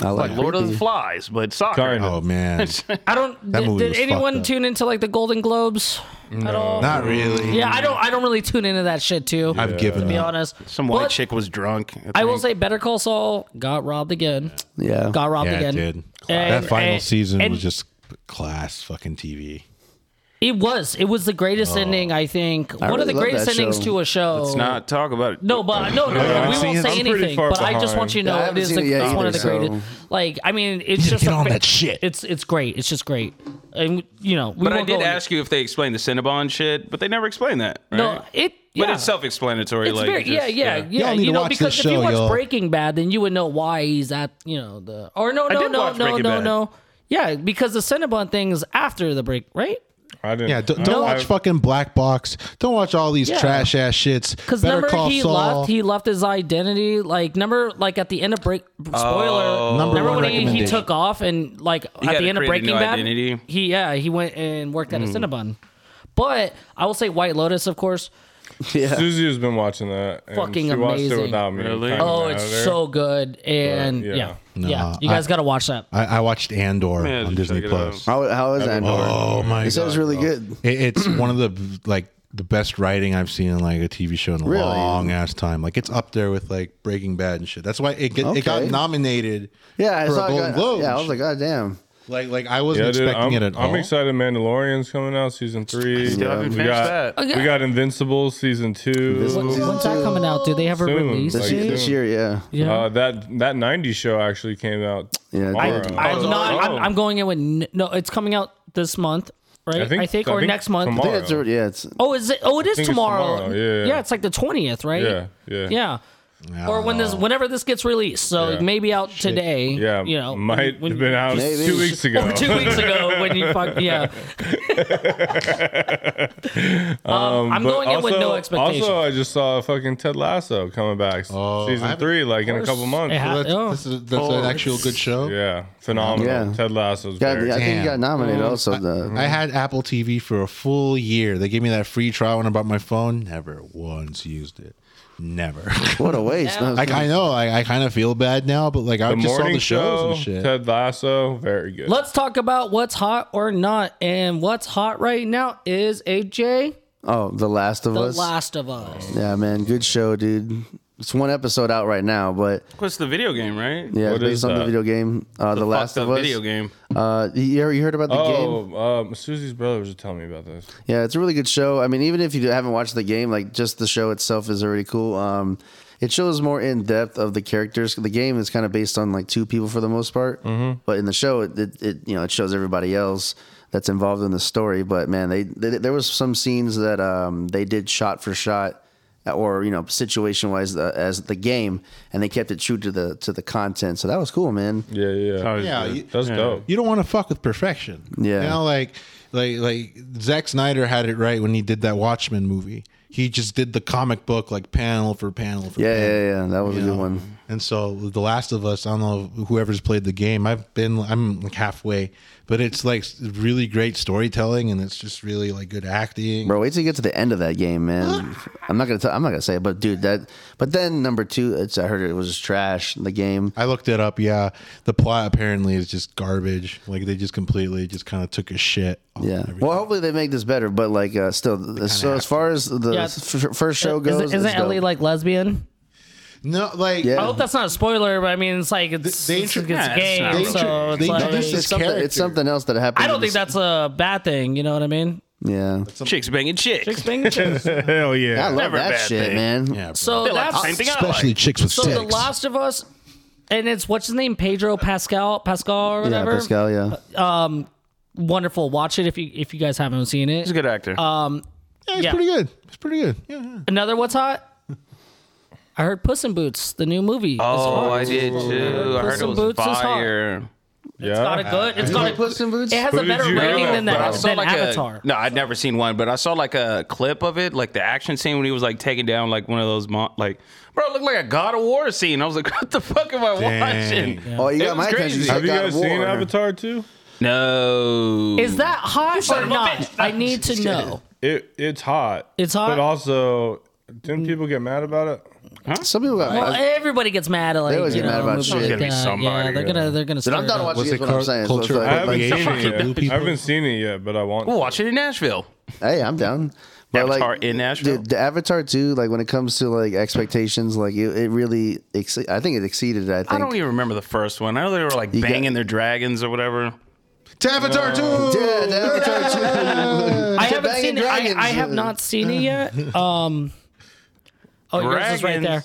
I like,
Like Lord of the
creepy.
Flies, but soccer.
Kind of.
Oh man,
I don't.
That
did
movie
did
was fucked
anyone
up.
tune into like the Golden Globes? at all.
Not really.
yeah, I don't. I don't really tune into that shit too.
I've
to
given
be
up.
honest.
Some white
But
chick was drunk.
I will
think.
say, Better Call Saul got robbed again.
Yeah.
Got robbed
Yeah, it
again.
did.
And-
that final
and-
season
and
was just class fucking TV.
It was. It was the greatest ending. I think one of
really
the
love
greatest
that
endings
show.
to a show.
Let's not talk about it.
No, but no, no, no,
I'm
we
seeing-
won't say
I'm pretty
anything.
far
But I just want you to know
Yeah, I
it
haven't
is
seen
the,
it yet
it's one of the
either, so-
greatest. Like, I mean, it's just
get
a
on
fa-
that shit.
It's it's great. It's just great, and you know. We
But I
won't go
did
in-
ask you if they explained the Cinnabon shit, but they never explained that. Right?
No, it. Yeah.
But it's self-explanatory.
It's
like,
very,
it just-
yeah, yeah, yeah.
Y'all need
You
to
know,
watch
because
this
if you
show,
watch
y'all.
Breaking Bad, then you would know why he's at, you know, the or no, no,
did
no,
watch
no,
Breaking
no,
Bad.
no. Yeah, because the Cinnabon thing's after the break, right?
I didn't.
Yeah, don't, don't watch fucking Black Box. Don't watch all these
Yeah.
trash ass shits.
Because
Better
remember
Call
he
Saul.
left he left his identity like number like at the end of break spoiler
Number
remember
one
when he, he
recommendation.
took off and like
Oh. had
at
to
the end of
create a
Breaking
new
Bad
identity. Hmm.
he yeah he went and worked at a Cinnabon, but I will say White Lotus of course
<laughs> Yeah.
Susie has been watching that. And
Fucking
she watched it
amazing.
without me.
Really?
Kinda
oh
mad
it's
at her.
so good and
But, yeah.
yeah yeah,
No,
you
I-
guys got to watch that
I, I watched Andor
Yeah,
on
just
Disney
check it
Plus.
How, how is Andor?
Oh my
it
god,
sounds really
bro.
good.
It, it's <clears throat> one of the like the best writing I've seen in like a TV show in a
Really?
long ass time. Like it's up there with like Breaking Bad and shit. That's why it get, it got
Okay.
nominated.
Yeah, I
for
saw it
a Golden
got-
Globe.
Yeah, I was like, God damn.
like like I wasn't
Yeah, dude,
expecting
I'm,
it at
I'm
all.
excited. Mandalorian's coming out season three.
still haven't
We
finished
got
that.
we got Invincible season
Invincible
two. Uh,
season-
when's that coming out do they have a
Soon,
release
This
Like,
year,
date?
this
soon.
year, yeah.
yeah
Uh, that that '90s show actually came out.
Yeah, it
tomorrow.
did.
I, am
Oh,
not
oh.
I'm, I'm going in with n- no it's coming out this month right I
I
think,
think- I
or
think
next month
tomorrow.
Yeah, it's, already- yeah, it's
Oh, is it? Oh, it is
think it's
tomorrow.
tomorrow, yeah.
yeah, it's like the twentieth, right?
Yeah, yeah.
yeah.
I
Or
don't
when this,
know.
whenever this gets released, so
Yeah.
maybe out today.
Yeah,
you know,
might
when-
have
<laughs>
been out
Maybe.
two weeks ago.
or two weeks ago when you fuck.
<laughs>
Yeah, <laughs> um, I'm
But
going in with no
also-
expectations.
Also, I just saw fucking Ted Lasso coming back
Oh, I
season
haven't-
three, like in a couple months.
It ha-
So that's,
oh.
this is- that's an actual good show.
Yeah, phenomenal.
Yeah.
Ted Lasso's
got,
very
I think
Damn.
he got nominated also. The,
I had Apple TV for a full year. They gave me that free trial when I bought my phone. Never once used it. Never. <laughs>
what a waste. No,
like I know, I, I kind of feel bad now, but like I
The
just saw
morning
the shows
show,
and shit.
Ted Lasso, very good.
Let's talk about what's hot or not, and what's hot right now is AJ,
oh, The Last of
The
Us.
Last of Us.
Yeah, man, good show, dude. It's one episode out right now, but
What's the video game, right?
yeah,
What
it's
is
based on the
that?
video game, uh, The,
The
Last of Us.
video game.
Uh, you, heard- you heard about the game?
oh, um, Susie's brother was telling me about this.
Yeah, it's a really good show. I mean, even if you haven't watched the game, like just the show itself is already cool. Um, it shows more in depth of the characters. The game is kind of based on like two people for the most part, but in the show, it, it, it you know it shows everybody else that's involved in the story. But man, they, they there was some scenes that um, they did shot for shot or you know situation wise uh, as the game, and they kept it true to the to the content. So that was cool, man.
Yeah, yeah,
Yeah, you-
that's dope.
you don't want to fuck with perfection.
Yeah.
You know, like like like Zack Snyder had it right when he did that Watchmen movie. He just did the comic book like panel for panel for
Yeah,
panel.
yeah, yeah. That was a
you
good
know?
one.
And so The Last of Us, I don't know whoever's played the game. I've been I'm like halfway, but it's like really great storytelling and it's just really like good acting.
Bro, wait till you get to the end of that game, man. I'm not gonna. T- I'm not gonna say it, but dude, that. But then number two, it's I heard it was just trash. The game.
I looked it up. Yeah, the plot apparently is just garbage. Like they just completely just kind of took a shit. on
Yeah.
everything.
Well, hopefully they make this better, but like, uh, still. So as far as the
Yeah.
f- f- first show goes,
Isn't, isn't
it's dope.
Ellie like lesbian?
no, like oh,
Yeah.
I hope that's not a spoiler, but I mean, it's like it's,
They- they
it's,
intro-
it's
yeah,
a game,
it's
not-
so
they
it's like,
introduced this
It's something,
character.
it's something else that happened.
I
in
don't think
this-
that's a bad thing. You know what I mean?
Yeah.
Chicks banging chicks.
Chicks being chicks.
<laughs> Hell
I
yeah.
love
never a
that
bad
shit,
thing.
man.
yeah,
<laughs>
bro.
So that's
Same thing I
especially
like.
chicks with
so
sticks.
The Last of Us, and it's what's his name, Pedro Pascal, Pascal or
Yeah,
whatever.
Pascal. Yeah.
Wonderful. Watch it if you if you guys haven't seen it.
He's a good actor.
Uh,
yeah, it's
yeah.
pretty good. It's pretty good. Yeah, yeah.
Another what's hot? I heard Puss in Boots, the new movie.
oh, I did too. I
Puss
heard it
in
was
Boots is hot. it's
fire.
got a
Uh-huh.
Yeah.
good. It's got a,
Puss in Boots?
It has a
Who did
better
you hear
rating
that
than
from?
that
I saw
than
like
Avatar.
a no. I'd never seen one, but I saw like a clip of it, like the action scene when he was like taking down like one of those mon- like, bro, it looked like a God of War scene. I was like, <laughs> what the fuck am I
Dang.
watching?
Oh, you
It
got
was
my attention.
crazy.
said
Have you
God
guys
of
seen
War.
Avatar too?
No,
Is that hot or
of a
not?
bitch.
I need to know.
It it's hot.
It's hot? Mm.
But also, didn't people get mad about it?
Some people got.
Well, everybody gets mad. at, Like,
always
you
get mad
know,
about
movies
shit.
like
There's gonna
be
that.
somebody,
Yeah, they're
yeah.
gonna they're gonna.
Dude, I'm
stir it
done
up.
watching.
What's
Is
it
what I'm
called?
saying. So it's
Culture
like-
I haven't seen
appropriation for
it
blue
yet. I
people.
haven't seen it yet, but I want.
We'll watch it in Nashville.
Hey, I'm down.
Avatar in Nashville?
The, the Avatar too. Like when it comes to like expectations, like it, it really. Ex- I think it exceeded. I think.
I don't even remember the first one. I know they were like
You got-
banging their dragons or whatever.
Avatar two.
Yeah, the Avatar too.
I haven't
Banging
seen it. I,
Dragons.
I have not seen
<laughs>
it yet. Um, oh, yours is right there.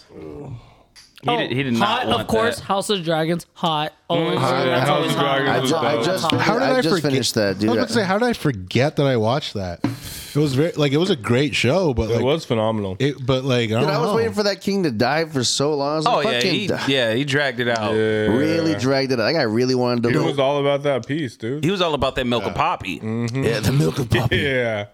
Dragons. He did, he did not
Oh, hot,
want
of course.
that. Mm,
House of Dragons, hot. Always,
Hot,
that's
House
always
of
hot.
Dragons
I,
was
ju- I
dope.
just.
How
Finished,
How did I,
I, just
forget?
finished that, dude.
I was about to say, how did I forget that I watched that? It was very like it was a great show, but like
it was phenomenal.
it, but like I, don't
Dude, I was
know.
waiting for that king to die for so long. I was
Oh
like,
yeah,
fucking
he,
die.
yeah, he dragged it out.
Yeah.
really dragged it. out. Like I really wanted to.
It
know.
was all about that piece, dude.
He was all about that milk of poppy.
yeah, the milk of
<laughs>
poppy.
Yeah.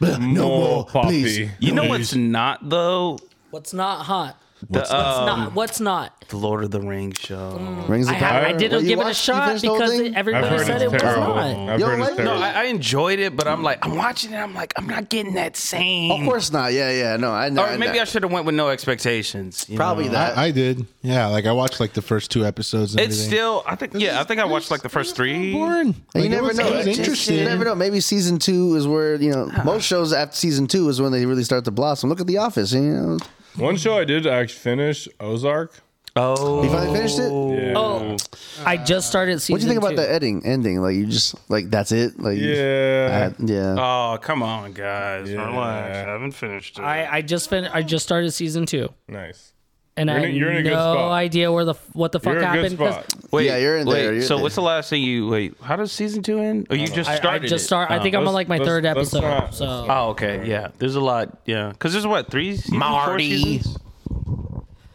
No,
More poppy.
You know what's not though?
What's not hot?
The, um,
not what's not.
the Lord of the Rings show.
Rings
I,
of
ha-
Power.
I didn't
Well, you
give it a
watched- you
shot
finished the whole
because
thing?
I've
everybody
heard
said it
it's
was
terrible.
not.
I've
Yo,
heard
what?
it's
No,
terrible.
No, I, I enjoyed it, but I'm like, I'm watching it. I'm like, I'm not getting that same.
Of course not. Yeah, yeah. No, I know.
Or maybe I should have went with no expectations. you
Probably
know?
that.
I, I did. Yeah, like I watched like the first two episodes. And
It's
everything.
still, I think, yeah, I think I watched like the first three.
boring. Like,
you
it
never
was-
know.
It was
It's-
interesting.
You never know. Maybe season two is where you know most shows after season two is when they really start to blossom. Look at The Office. You know,
One show I did actually finish Ozark.
Oh,
you finally finished it.
Yeah.
Oh, I just started season.
What do you think about
two.
the ending? Ending like you just like that's it. Like you-
Yeah.
I- yeah.
oh, come on, guys, relax. I haven't finished it.
I, I just fin- I just started season two,
nice.
and I
You're in a-
have
you're in a good
no
spot.
idea where the f- what the fuck
You're in a good
happened. 'cause
spot.
wait,
Yeah, you're in
wait,
there, you're
so
in
what's the last thing you wait? How does season two end? Oh, you just
I,
started.
I just
it.
start. I
Oh.
think I'm on like my
Uh, let's-
third
let's
episode.
not-
so
Oh, okay, yeah. There's a lot, yeah. Because there's what three, seasons, Marty. Four seasons?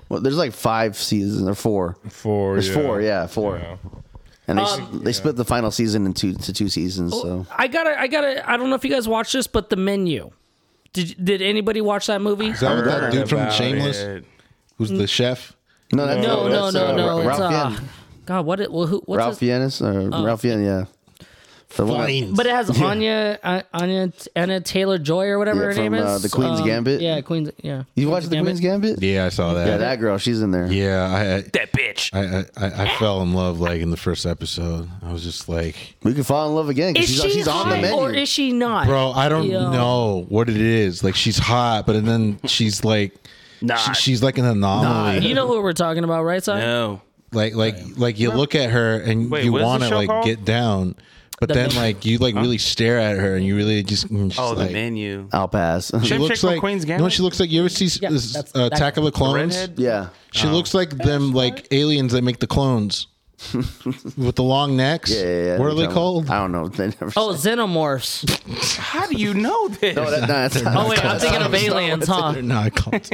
Well, there's like five seasons or four.
Four.
There's
yeah.
four. Yeah, four.
Yeah.
And they, s
Um,
they split the final season into to two seasons. So
I gotta, I gotta. I don't know if you guys watched this, but the menu. Did did anybody watch that movie?
Is that with that
Heard
dude from
about
Shameless,
it.
who's the chef?
no, that's,
No, no,
that's,
no,
uh,
no.
Ralph
it's, uh, Oh.
Yen.
God, what? It, well, who, what's
Ralph
his,
Fiennes or Ralph Fiennes, yeah. The one that-
But it has Anya, uh, Anya, Anna Taylor Joy or whatever
Yeah,
her
from,
name is. Um,
uh, The Queen's Gambit.
Yeah, Queen's. Yeah.
you watched the Queen's Gambit?
Yeah, I saw that.
Yeah, that girl, she's in there.
Yeah, I-
That bitch.
I, I, I, I fell in love like in the first episode. I was just like,
We can fall in love again because
Is
she's,
she
she's
hot
on the menu.
or is she not?
bro, I don't
Yo.
know what it is. Like she's hot, but then she's like,
Nah.
she, she's like an anomaly.
You know who we're talking about, right? Si?
No.
like like like you look at her and
Wait,
you
what is the
want to
show
like
called?
get down, but then
Menu.
like you like really stare at her and you really just. and she's
Oh, the
like-
menu.
I'll pass.
She
Chick
looks
chick from
like
Queen's
you know what
Gambit?
she looks like. You ever see this,
that's-
uh,
that-
Attack of the Clones?
<laughs>
Redhead?
yeah.
She looks like them like aliens that make the
<laughs>
clones with the long necks.
Yeah, yeah, yeah.
What are
They
they
tell me.
called? <laughs>
I don't know. <laughs> They never
Oh, xenomorphs.
How do you know this?
<laughs>
no, that, no, <laughs> that's
Oh wait, I'm thinking of aliens, huh?
They're not called.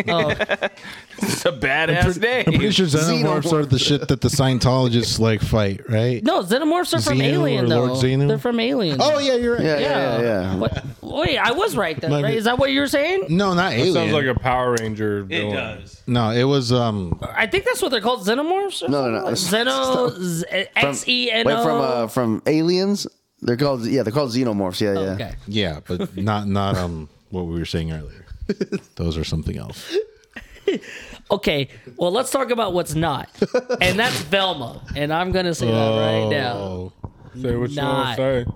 <laughs> Oh,
it's a badass name.
I'm pretty sure xenomorphs are the shit that the Scientologists like fight, right?
no, xenomorphs are from
Xenu
Alien
or
though.
Lord Xenu?
They're from Alien.
Oh yeah, you're right.
yeah, yeah, yeah, yeah.
What? Wait, I was right then.
Might
Right?
be-
Is that what you're saying?
No, not alien.
Sounds like a Power Ranger. villain.
no, it was um
I think that's what they're called, xenomorphs. or
No, no,
something?
no. <laughs>
Xeno, X E N
Wait, from
O.
uh, from aliens, they're called yeah, they're called xenomorphs. Yeah, yeah.
Oh, Okay.
yeah, but not not um what we were saying earlier. Those are something else.
Okay, well, let's talk about what's not, and that's
<laughs>
Velma, and I'm gonna say that right now.
Oh,
Say what you
Not.
want to say.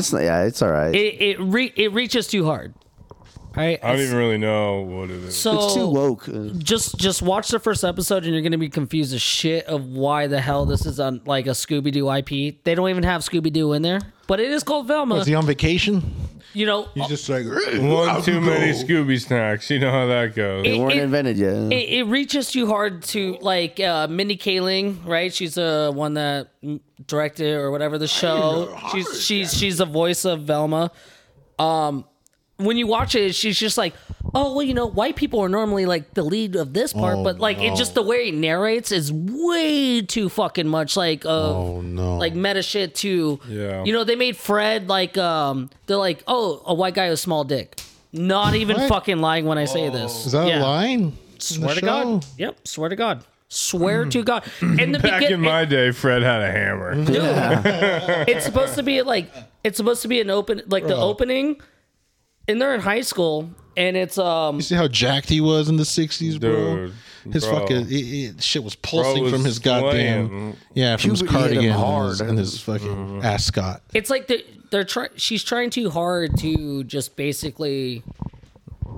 It's not, yeah, it's all right.
It it re- it reaches too hard. All right,
I don't even really know what it is.
so
it's too woke. Uh,
just just watch the first episode, and you're gonna be confused as shit of why the hell this is on like a Scooby Doo IP. They don't even have Scooby Doo in there, but it is called Velma.
was he on vacation?
You know,
He's just like
One too many Scooby snacks. You know how that goes.
They weren't invented yet.
it, it reaches too hard to like uh, Mindy Kaling, right? She's uh, one that directed or whatever the show. She's she's she's the voice of Velma. Um, when you watch it, she's just like, oh well, you know, white people are normally like the lead of this part,
Oh,
but like it just the way it narrates is way too fucking much like of
Oh no.
like meta shit too.
Yeah.
You know, they made Fred like um they're like, oh, a white guy with small dick. Not even
What?
fucking lying when I say this.
is that
Yeah.
a line? Swear
Swear to God. Yep. Swear to God. Swear
Hmm.
to God. In the
<laughs> Back in
beginning,
my day, Fred had a hammer.
it's supposed to be like it's supposed to be an open like the opening, and they're in high school, and it's um
You see how jacked he was in the sixties, bro.
Dude.
His
Bro.
fucking it, it- shit was pulsing
was
from his goddamn
swaying.
yeah from his
Puberty hit him
cardigan and
hard.
his, and his fucking
Mm-hmm.
ascot.
It's like they're, they're trying. She's trying too hard to just basically.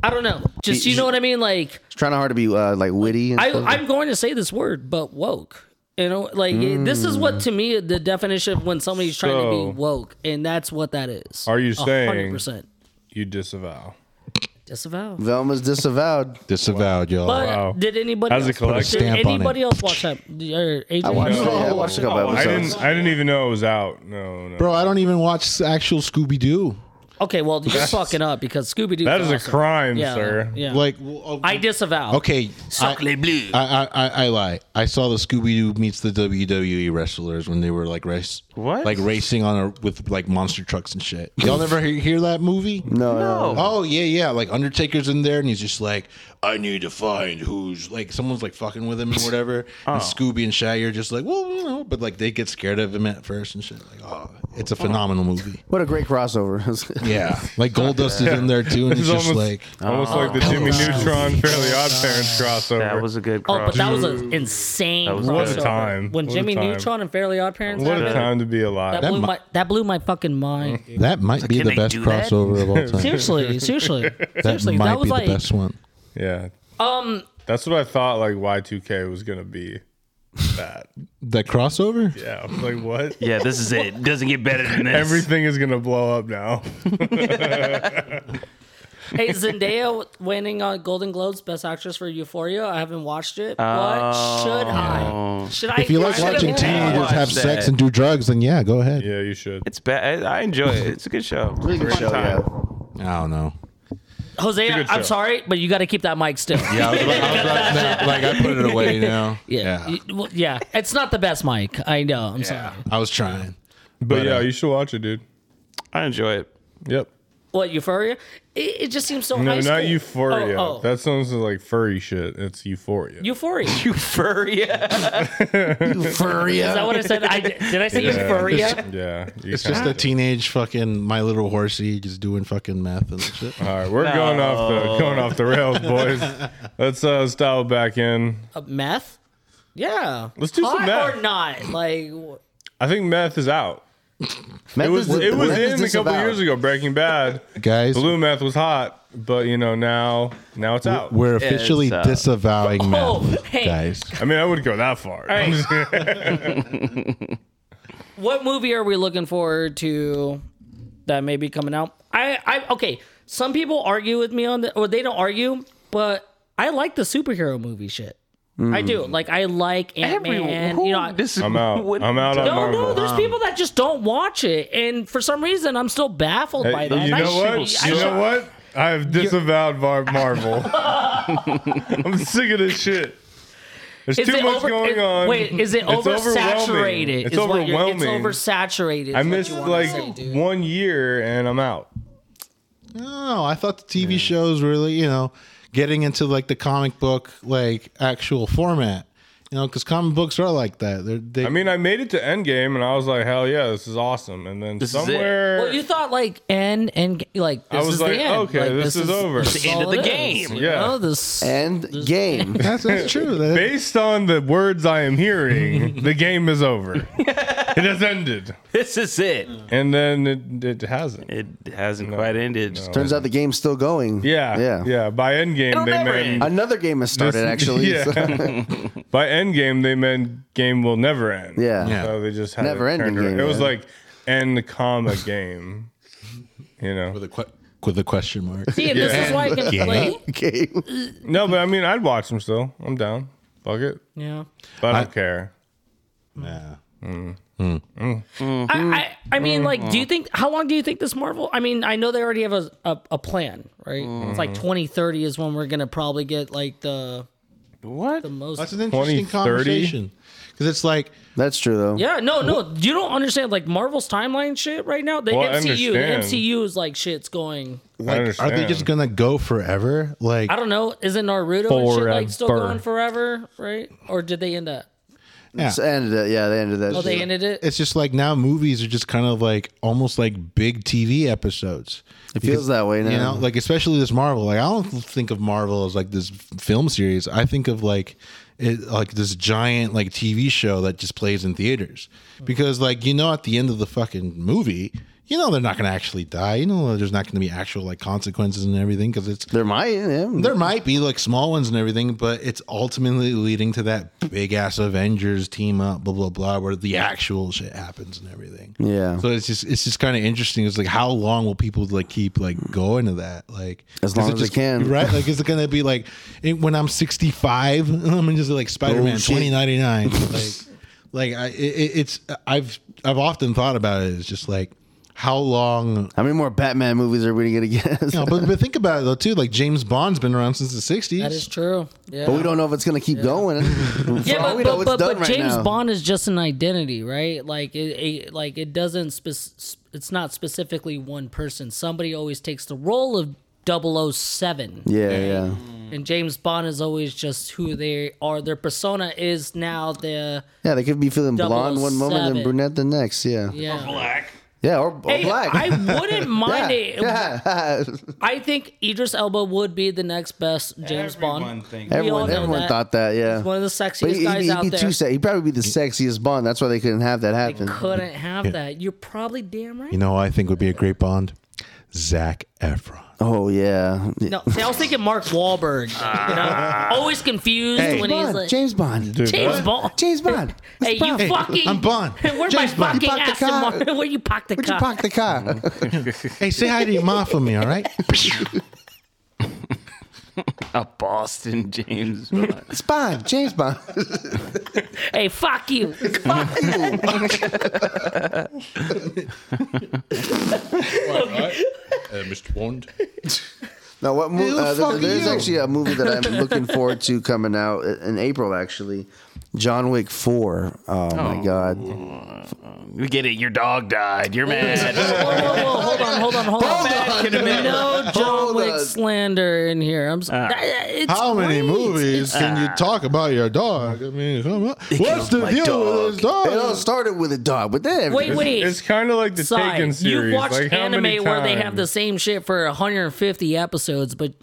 I don't know. Just you know what I mean. Like
trying hard to be uh, like witty. And
I,
stuff.
I'm going to say this word, but woke. You know, like this is what to me the definition of when somebody's trying
Mm. So-
to be woke, and that's what that is.
Are you
A
saying-
hundred percent
You disavow.
disavow?
Velma's
<laughs>
disavowed.
Disavowed, y'all.
But
Wow.
did anybody
As a
else,
collective-
did
Stamp on
anybody
it.
else watch
<laughs>
that? Or AJ?
I watched
No.
it. I watched a couple
I
episodes.
didn't. I didn't even know it was out. No, no.
Bro, I don't even watch actual Scooby Doo.
Okay,
<laughs>
well you're fucking up because Scooby Doo.
that is a crime,
yeah,
sir.
Yeah,
Like, well,
I disavow.
okay, I, I, I, I, I lie. I saw the Scooby Doo meets the WWE wrestlers when they were like race,
What?
like racing on a with like monster trucks and shit. Y'all never hear, hear that movie?
No, no.
Oh yeah, yeah. Like Undertaker's in there, and he's just like, "I need to find who's like." Someone's like fucking with him or whatever. And Scooby and Shaggy are just like, "Well, you know," but like they get scared of him at first and shit. Like, oh, it's a phenomenal movie.
What a great crossover. <laughs>
Yeah, <laughs> like Goldust is in there too, and
This
it's
is
just
almost
like, oh,
like almost like the Jimmy Neutron Fairly Odd Parents crossover.
That was a good
Oh,
cross.
but that was an insane.
That was
what a
good.
crossover.
time.
When
What a
Jimmy
time.
Neutron and Fairly Odd Parents.
What a
happened,
time to be
That
alive.
blew
mi-
my that blew my fucking
<laughs>
mind. dude.
that might be
can
the
they
best
do that?
crossover of all time.
seriously, seriously,
that
seriously.
might
That was
be
like
the best one.
Yeah. Um. That's what I thought. Like Y2K was gonna be. That.
That crossover?
Yeah. I'm like what?
yeah, this is it. Doesn't get better than this.
Everything is gonna blow up now.
hey Zendaya winning on Golden Globes Best Actress for Euphoria. I haven't watched it. what should
Oh.
I? Should I?
If you like
should I
watching
watch
teenagers
teenagers
watched
that?
have
that.
sex and do drugs, then yeah, go ahead.
Yeah, you should.
It's bad. I, I enjoy it. It's a good show.
Really good
Fun
show,
time.
yeah.
I don't know.
Jose,
good
I'm
show.
sorry, but you got to keep that mic still.
Yeah, I was about, I was about to- like I put it away now.
yeah,
yeah.
You- well, yeah. It's not the best mic. I know. I'm sorry.
I was trying.
But yeah,
uh,
you should watch it, dude.
I enjoy <laughs> it.
Yep.
What Euphoria? It, it just seems so.
No,
high school.
not euphoria.
Oh, oh.
That sounds like furry shit. It's euphoria. <laughs>
Euphoria. Is
You furry. Yeah.
that what I said? I, did I say Euphoria?
yeah. you
It's just
kinda-
a teenage fucking My Little Horsey just doing fucking meth and shit.
All right, we're going off the going off the rails, boys.
<laughs>
Let's uh style back in.
Uh, meth? Yeah.
Let's do some
Hot
meth.
or not? Like wh-
I think meth is out.
Meth
It was
is-
it was
meth is
in a couple
disavowed.
years ago. Breaking Bad,
Guys,
blue meth was hot, but you know now now it's out.
we're officially
It's, uh,
disavowing
Oh,
meth,
hey.
guys.
I mean, I would go that far.
what movie are we looking forward to that may be coming out? I, I okay. Some people argue with me on the or they don't argue, but I like the superhero movie shit. I
Hmm.
do. Like I like Ant Man.
who-
You know, I-
this is-
I'm out.
what-
I'm out on
no,
Marvel.
no, there's people that just don't watch it, and for some reason, I'm still baffled by
Hey,
that.
Uh, you
I
know what?
should- I
you
should-
know what? I have
<laughs>
disavowed Mar- Marvel. <laughs> I'm sick of this shit. There's
Is
too
it
much
over-
going
is-
on.
Wait, is it
It's overwhelming.
oversaturated?
It's
is what you're-
overwhelming.
It's oversaturated.
I
is what
missed
you wanna
like
say, dude.
one year and I'm out.
No, I thought the TV shows really, you know, getting into like the comic book like actual format. You know, because comic books are like that. They're, they,
I mean, I made it to Endgame and I was like, hell yeah, this is awesome. And then
is it.
somewhere.
Well, you thought like end and like this
I was
is
like,
the end.
okay,
Like,
this is over.
this
It's
the end
all
of the
it is,
game.
you
Yeah.
know?
<laughs>
This.
End
<laughs>
game.
that's, that's true. That-
Based on the words I
<laughs>
am hearing, the game is over. it has ended.
This is it.
And then it, it hasn't.
It hasn't quite ended.
Turns out the game's still going.
Yeah.
Yeah.
Yeah. By Endgame,
It'll
they
never
meant.
end.
Another game has started,
<laughs>
This-
actually.
<laughs> yeah. By Endgame, they meant game will never end.
Yeah.
Yeah.
So they just had
Never
it turned
ending
around.
game,
It was
yeah.
like end comma game. You know.
with a que- with a question mark.
See, and this is why I can like,
<laughs> Game.
No, but I mean, I'd watch them still. I'm down. Fuck it.
yeah.
But I don't
I-
care.
Yeah.
I,
Mm-hmm.
I, I mean, like, do you think how long do you think this Marvel? I mean, I know they already have a a, a plan, right? It's like
Mm-hmm.
2030 is when we're gonna probably get like the
What?
the most.
That's an
20,
interesting
30?
conversation. Because it's like,
That's true, though.
yeah, no, no, you don't understand like Marvel's timeline shit right now. The
Well, I
MCU, the
understand.
MCU is like shit's going.
like are they
understand.
just gonna go forever? Like
I don't know. Isn't Naruto and shit like still
Forever.
going forever, right? Or did they end up?
Yeah.
So ended it. Yeah, they ended that.
Oh, they
shit.
ended it.
It's just like now movies are just kind of like almost like big TV episodes.
It feels that way now.
You know, like especially this Marvel. Like I don't think of Marvel as like this film series. I think of like it like this giant like TV show that just plays in theaters. Because like you know at the end of the fucking movie, you know they're not going to actually die. You know there's not going to be actual like consequences and everything cuz it's
there might. Yeah.
there might be like small ones and everything, but it's ultimately leading to that big ass Avengers team up, blah blah blah, where the actual shit happens and everything.
Yeah.
So it's just it's just kind of interesting. It's like how long will people like keep like going to that? Like
As
is
long
it
as
just,
they can.
right?
<laughs>
Like is it gonna be like it, when I'm 65? <laughs> I'm just like Spider Man
Oh, shit. <laughs>
2099. like like I, it, it- it's I've I've often thought about it. It's just like how long
How many more Batman movies are we gonna get?
no, but, but think about it though too. Like James Bond's been around since the 60s.
That is true. Yeah.
<laughs> But we don't know if it's gonna keep going.
<laughs> Yeah,
For all
but,
we
but,
know, it's
but,
done
but
right
James
now.
Bond is just an identity, right? Like it, it like it doesn't spec- it's not specifically one person. Somebody always takes the role of 007.
Yeah, yeah.
And James Bond is always just who they are. Their persona is now the
Yeah, they could be feeling blonde one moment
007.
and brunette the next. Yeah. Yeah,
yeah.
or, or
Hey,
black. <laughs>
I wouldn't mind it.
yeah. <laughs>
I think Idris Elba would be the next best James Bond.
thinks.
We all
everyone
know
everyone
that.
thought that. Yeah.
He's one of the sexiest
But he,
guys
would
out
be
there.
too se- He'd probably be the sexiest Bond. That's why they couldn't have that happen.
Couldn't have that. You're probably damn right.
You know, who I think would be a great Bond. Zach Efron.
Oh yeah.
No, see, I was thinking Mark Wahlberg. You know, always confused
Hey.
when he's
Bond,
like
James
James,
Bond.
what?
Bond.
James Bond.
Hey, you
Hey,
fucking.
I'm Bond.
<laughs> Where's
James
my
Bond.
You
fucking
parked the
Aston
car.
Martin? Where you parked the
Where'd you
car?
park the car?
<laughs> Hey, say hi to your mom for me, Mm-hmm. <laughs> all right?
A Boston James Bond.
it's Bond. James <laughs> Bond.
hey, fuck you. Fuck you.
Uh, Mr. Bond.
Now, what movie?
Who
Uh,
the fuck
there-
are
there's
you?
actually a movie that I'm looking forward to coming out i- in April. Actually, John Wick Four. Oh, my God!
We get it. Your dog died. You're
Whoa,
mad.
whoa, whoa, hold on, hold on, hold on.
on.
No John
Hold
Wick
on.
slander in here. I'm sorry.
How many movies can you talk about your dog? I mean, come on. what's the deal with this dog?
It all started with a dog, but then
Wait, wait.
It's kind of like the
Sorry,
Taken series.
you watched
like, how many
anime where they have
times?
the same shit for 150 episodes, but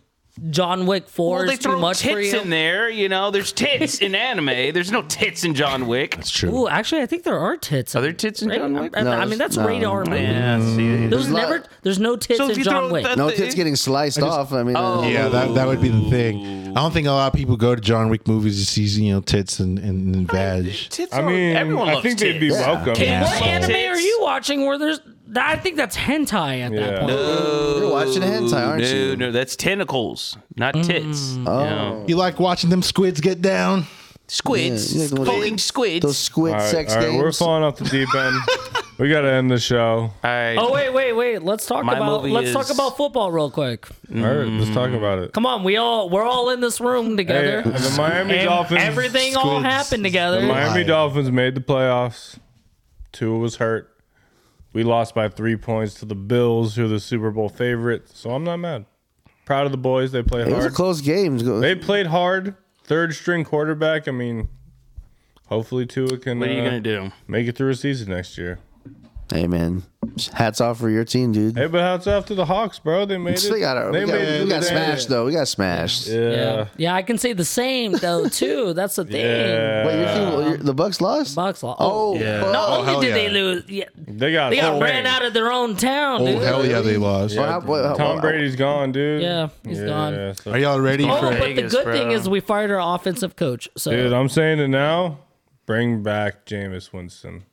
John Wick 4
Well, they
is too
throw
much for
tits
you.
in there. You know, there's tits in anime. There's no tits in John Wick.
It's true.
Ooh, actually, I think there are tits.
Are there tits in
Right?
John Wick?
I, I- I mean,
it's-
that's
no.
radar movie.
Yeah, see.
There's
lot-
never, there's no tits
So if
in
you
John
throw
Wick.
that-
no kids getting sliced off. I mean,
Oh,
uh,
Yeah, that, that would be the thing. I don't think a lot of people go to John Wick movies to see, you know, tits and, and, and vag.
Tits
I
are-
mean,
everyone
I
loves
think they'd be
tits.
welcome.
Yeah.
what
asshole.
anime are you watching where there's? I think that's hentai at that
Yeah.
point.
you're watching hentai, aren't
no,
you?
No, that's tentacles, not
Mm.
tits.
Oh,
You like watching them squids get down?
Squids,
Yeah, yeah, those-
fucking squids.
those squid
All right,
sex
all right,
games.
we're falling off the deep end. we got to end the show.
All right.
Oh wait, wait, wait. Let's talk
My
about
movie
let's
is-
talk about football real quick.
All right, let's
Mm.
talk about it.
Come on, we all we're all in this room
Hey,
together.
the Miami
And
Dolphins.
everything all
squids.
happened
The
together.
Miami
Liar.
Dolphins made the playoffs. Tua was hurt. We lost by three points to the Bills, who are the Super Bowl favorites. So I'm not mad. Proud of the boys. They played
It was a
hard.
close game.
they played hard. Third string quarterback. I mean, hopefully Tua can
what are you
uh,
gonna do?
make it through a season next year.
Hey, man. Hats off for your team, dude.
Hey, but hats off to the Hawks, bro. They made it.
we got, our, we got,
made it
we got
to the
smashed,
end.
though. We got smashed.
Yeah.
Yeah. yeah, I can say the same
<laughs>
though too. That's the thing.
Yeah.
Wait, your
Uh,
team, your, the Bucks lost?
Bucks lost.
Oh, fuck.
not only
hell
did
yeah.
they lose, yeah,
They got,
they got
oh,
ran
man.
out of their own town,
Oh,
dude.
hell yeah, they lost.
Well, how- well, how-
Tom
well,
Brady's gone, dude.
Yeah, he's gone.
so-
Are y'all ready
Oh,
for
but
Vegas,
the good thing
bro.
is we fired our offensive coach. So
Dude, I'm saying it now. Bring back Jameis Winston.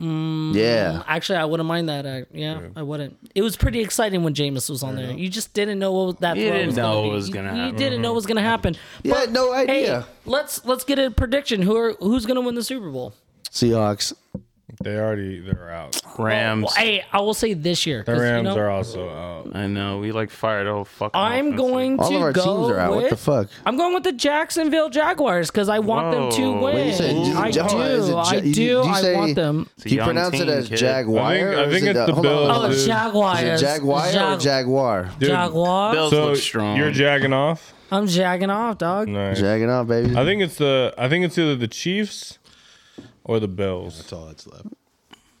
Yeah.
actually, I wouldn't mind that. I, yeah, I wouldn't. It was pretty exciting when Jameis was on there. You just didn't know what that.
You
throw
didn't
was
know
gonna
what
be.
was gonna
You-
happen. Mm-hmm.
You didn't know what was gonna happen.
Yeah, no
Hey,
idea.
let's let's get a prediction. Who are who's gonna win the Super Bowl?
Seahawks.
They already they're out.
Rams.
Well, hey, I will say this year.
The
'cause, you
Rams
know,
are also out.
I know we like fired all fucking.
I'm
offensive.
going
All
to
of our
go
teams are out.
With,
What the fuck?
I'm going with the Jacksonville Jaguars because I want them
Whoa.
to win.
Wait,
you said Ja-
I do.
Ja- is it Ja-
I
you- do
do.
you
I
say-
want them.
It's a
Do you
young
pronounce it
team,
as
kid.
Jaguar?
I think- I
or is
think
it
it's
the,
the
hold on,
Bills,
hold
Oh,
on.
dude.
Is
it's
it
Jaguars.
Jaguar or
Jag-
Jaguar?
Dude,
Jaguar.
Bills
So
look strong.
you're jagging off.
I'm jagging off, dog.
Nice.
Jagging off, baby.
I think it's the I think it's either the Chiefs or the Bills.
all that's left.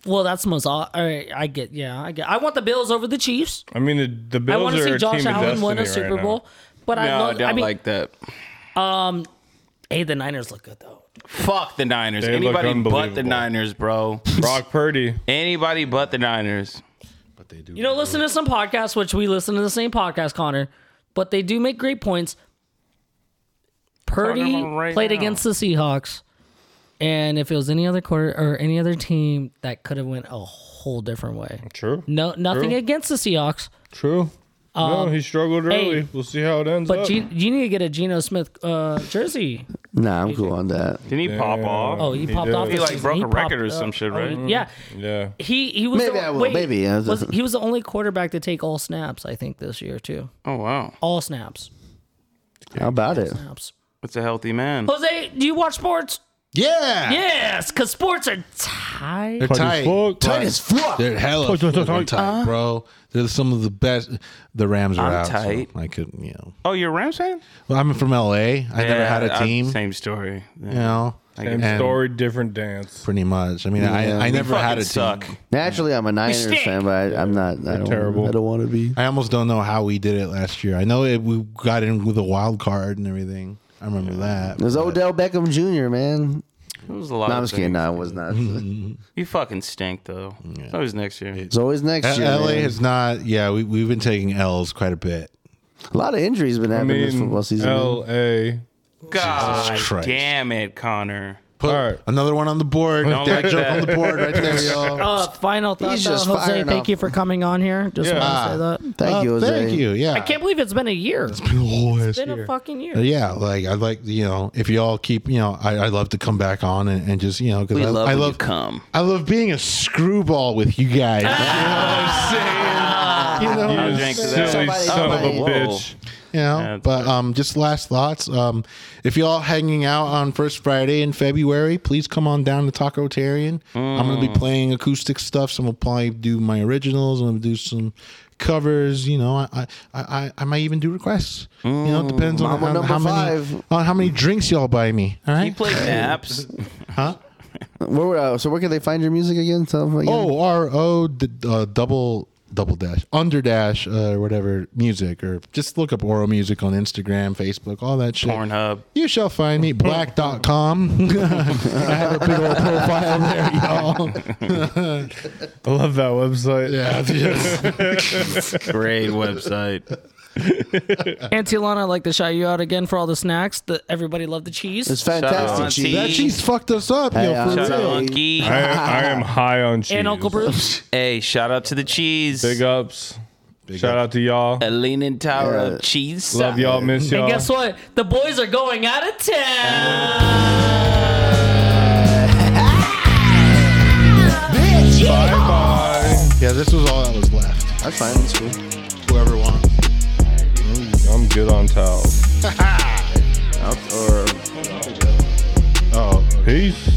Well, that's the most. All right, I get. Yeah, I get. I want the Bills over the Chiefs.
I mean, the, the
I
Bills
want to
are
see
a
Josh
team of
Allen
destiny
win a
right
Super
now.
Bowl. But I,
No, I
love,
don't
I mean,
like that.
hey, the Niners look good though.
Fuck the Niners.
They look
Anybody but the
unbelievable.
Niners, bro.
Brock Purdy.
Anybody but the Niners.
You know, listen to some podcasts, which we listen to the same podcast, Connor, but they do make great points. Purdy
about right
played
now.
against the Seahawks, and if it was any other quarter or any other team, that could have went a whole different way.
True.
No, nothing
True.
against the Seahawks,
True. no, he struggled early.
Um, hey,
we'll see how it ends.
but
up.
G- you need to get a Geno Smith uh, jersey.
Nah, I'm cool on that.
Didn't he pop off?
Oh, he
He
popped
did.
off.
He,
this
like,
season.
broke a record
popped
or
up.
some shit,
Oh, he-
right? Mm-hmm.
Yeah,
yeah,
he he was.
Maybe
the,
I will,
wait,
maybe, yeah.
was- he was the only quarterback to take all snaps. I think this year too,
Oh wow,
all snaps,
How about it?
snaps.
that's a healthy man.
Jose, do you watch sports?
Yeah.
Yes, because sports are tied.
They're tight.
fuck.
Tight
as fuck.
They're hella
Tight, tight, tight.
fucking tight, bro. They're some of the best. The Rams are
I'm
out. so
tight.
I could, you know.
Oh, you're a Rams fan?
Well, I'm from LA. I never
Yeah,
had a
I-
team.
same story. Yeah.
You know.
same
and
story, different dance.
Pretty much. I mean,
Yeah.
I, I
We
never
Fucking
had a team.
suck.
Naturally, I'm a Niners
stink.
fan, but I, I'm not. I don't,
terrible.
I don't want to be.
I almost don't know how we did it last year. I know it, we got in with a wild card and everything. I remember that.
It was Odell Beckham Jr., man.
It was a lot.
No, I'm
of
just
things.
kidding. No, it was not. It's
You fucking stink though. It's always next year.
always next
L-
year.
LA
man.
has not. Yeah, we we've been taking L's quite a bit.
A lot of injuries been
I
happening this
mean,
football season. man.
L.A.
God
Christ.
damn it, Connor.
Put
All right.
another one on the board.
Don't
That
like
joke
that.
on the board right there, y'all.
Uh, final thought,
He's
though,
just
Jose.
firing
Thank
off.
you for coming on here. Just
Yeah.
want to say
<laughs>
that.
Thank
Uh,
you, Jose.
Thank you. Yeah.
I
<laughs>
can't believe it's been a year. It's
Lord.
been a fucking year.
Yeah, like I'd like you know if y'all keep you know I, I'd love to come back on and, and just you know because
We
I
love
I
when you
love
come.
I love being a screwball with you guys. You know what I'm saying? You know,
I'll drink to
Silly
that.
Somebody-
son of a
somebody-
bitch.
you know,
Yeah, it's
but um, just last thoughts. Um, if y'all hanging out on first Friday in February, please come on down to Taco Tarian. I'm gonna be playing acoustic stuff. So I'm gonna probably do my originals. I'm gonna do some covers. You know, I I I, I might even do requests. You know, it depends on,
Mama
on
number
how many
five.
on how many drinks y'all buy me. All
He
right.
played naps.
Where were, uh, so where can they find your music again? Tell them again.
O Oh, R O d- uh, double double dash under dash uh, whatever music or just look up oral music on Instagram, Facebook, all that shit.
Pornhub.
You shall find me black.com. <laughs> I have a big old profile there, y'all.
I love that website.
Yeah, <laughs> yes.
Great
<laughs>
website.
Auntie Lana, I'd like to shout you out again for all the snacks. The, everybody loved the cheese.
it's
Shout
fantastic.
out
Chief.
to
that cheese fucked us up,
Hey,
yo, for
I'm
uh, Shout out
Hey.
real.
Monkey.
I, I
<laughs>
am high on cheese.
and Uncle Bruce.
Hey, shout out to the cheese.
Big ups. Shout out to y'all.
A leaning tower
Yeah.
of cheese.
Love y'all. Miss y'all.
And guess what? The boys are going out of town.
Bye bye.
Yeah, this was all that was left.
That's fine. That's cool.
Whoever wants.
I'm good on towels.
Out- or
Oh,
Peace.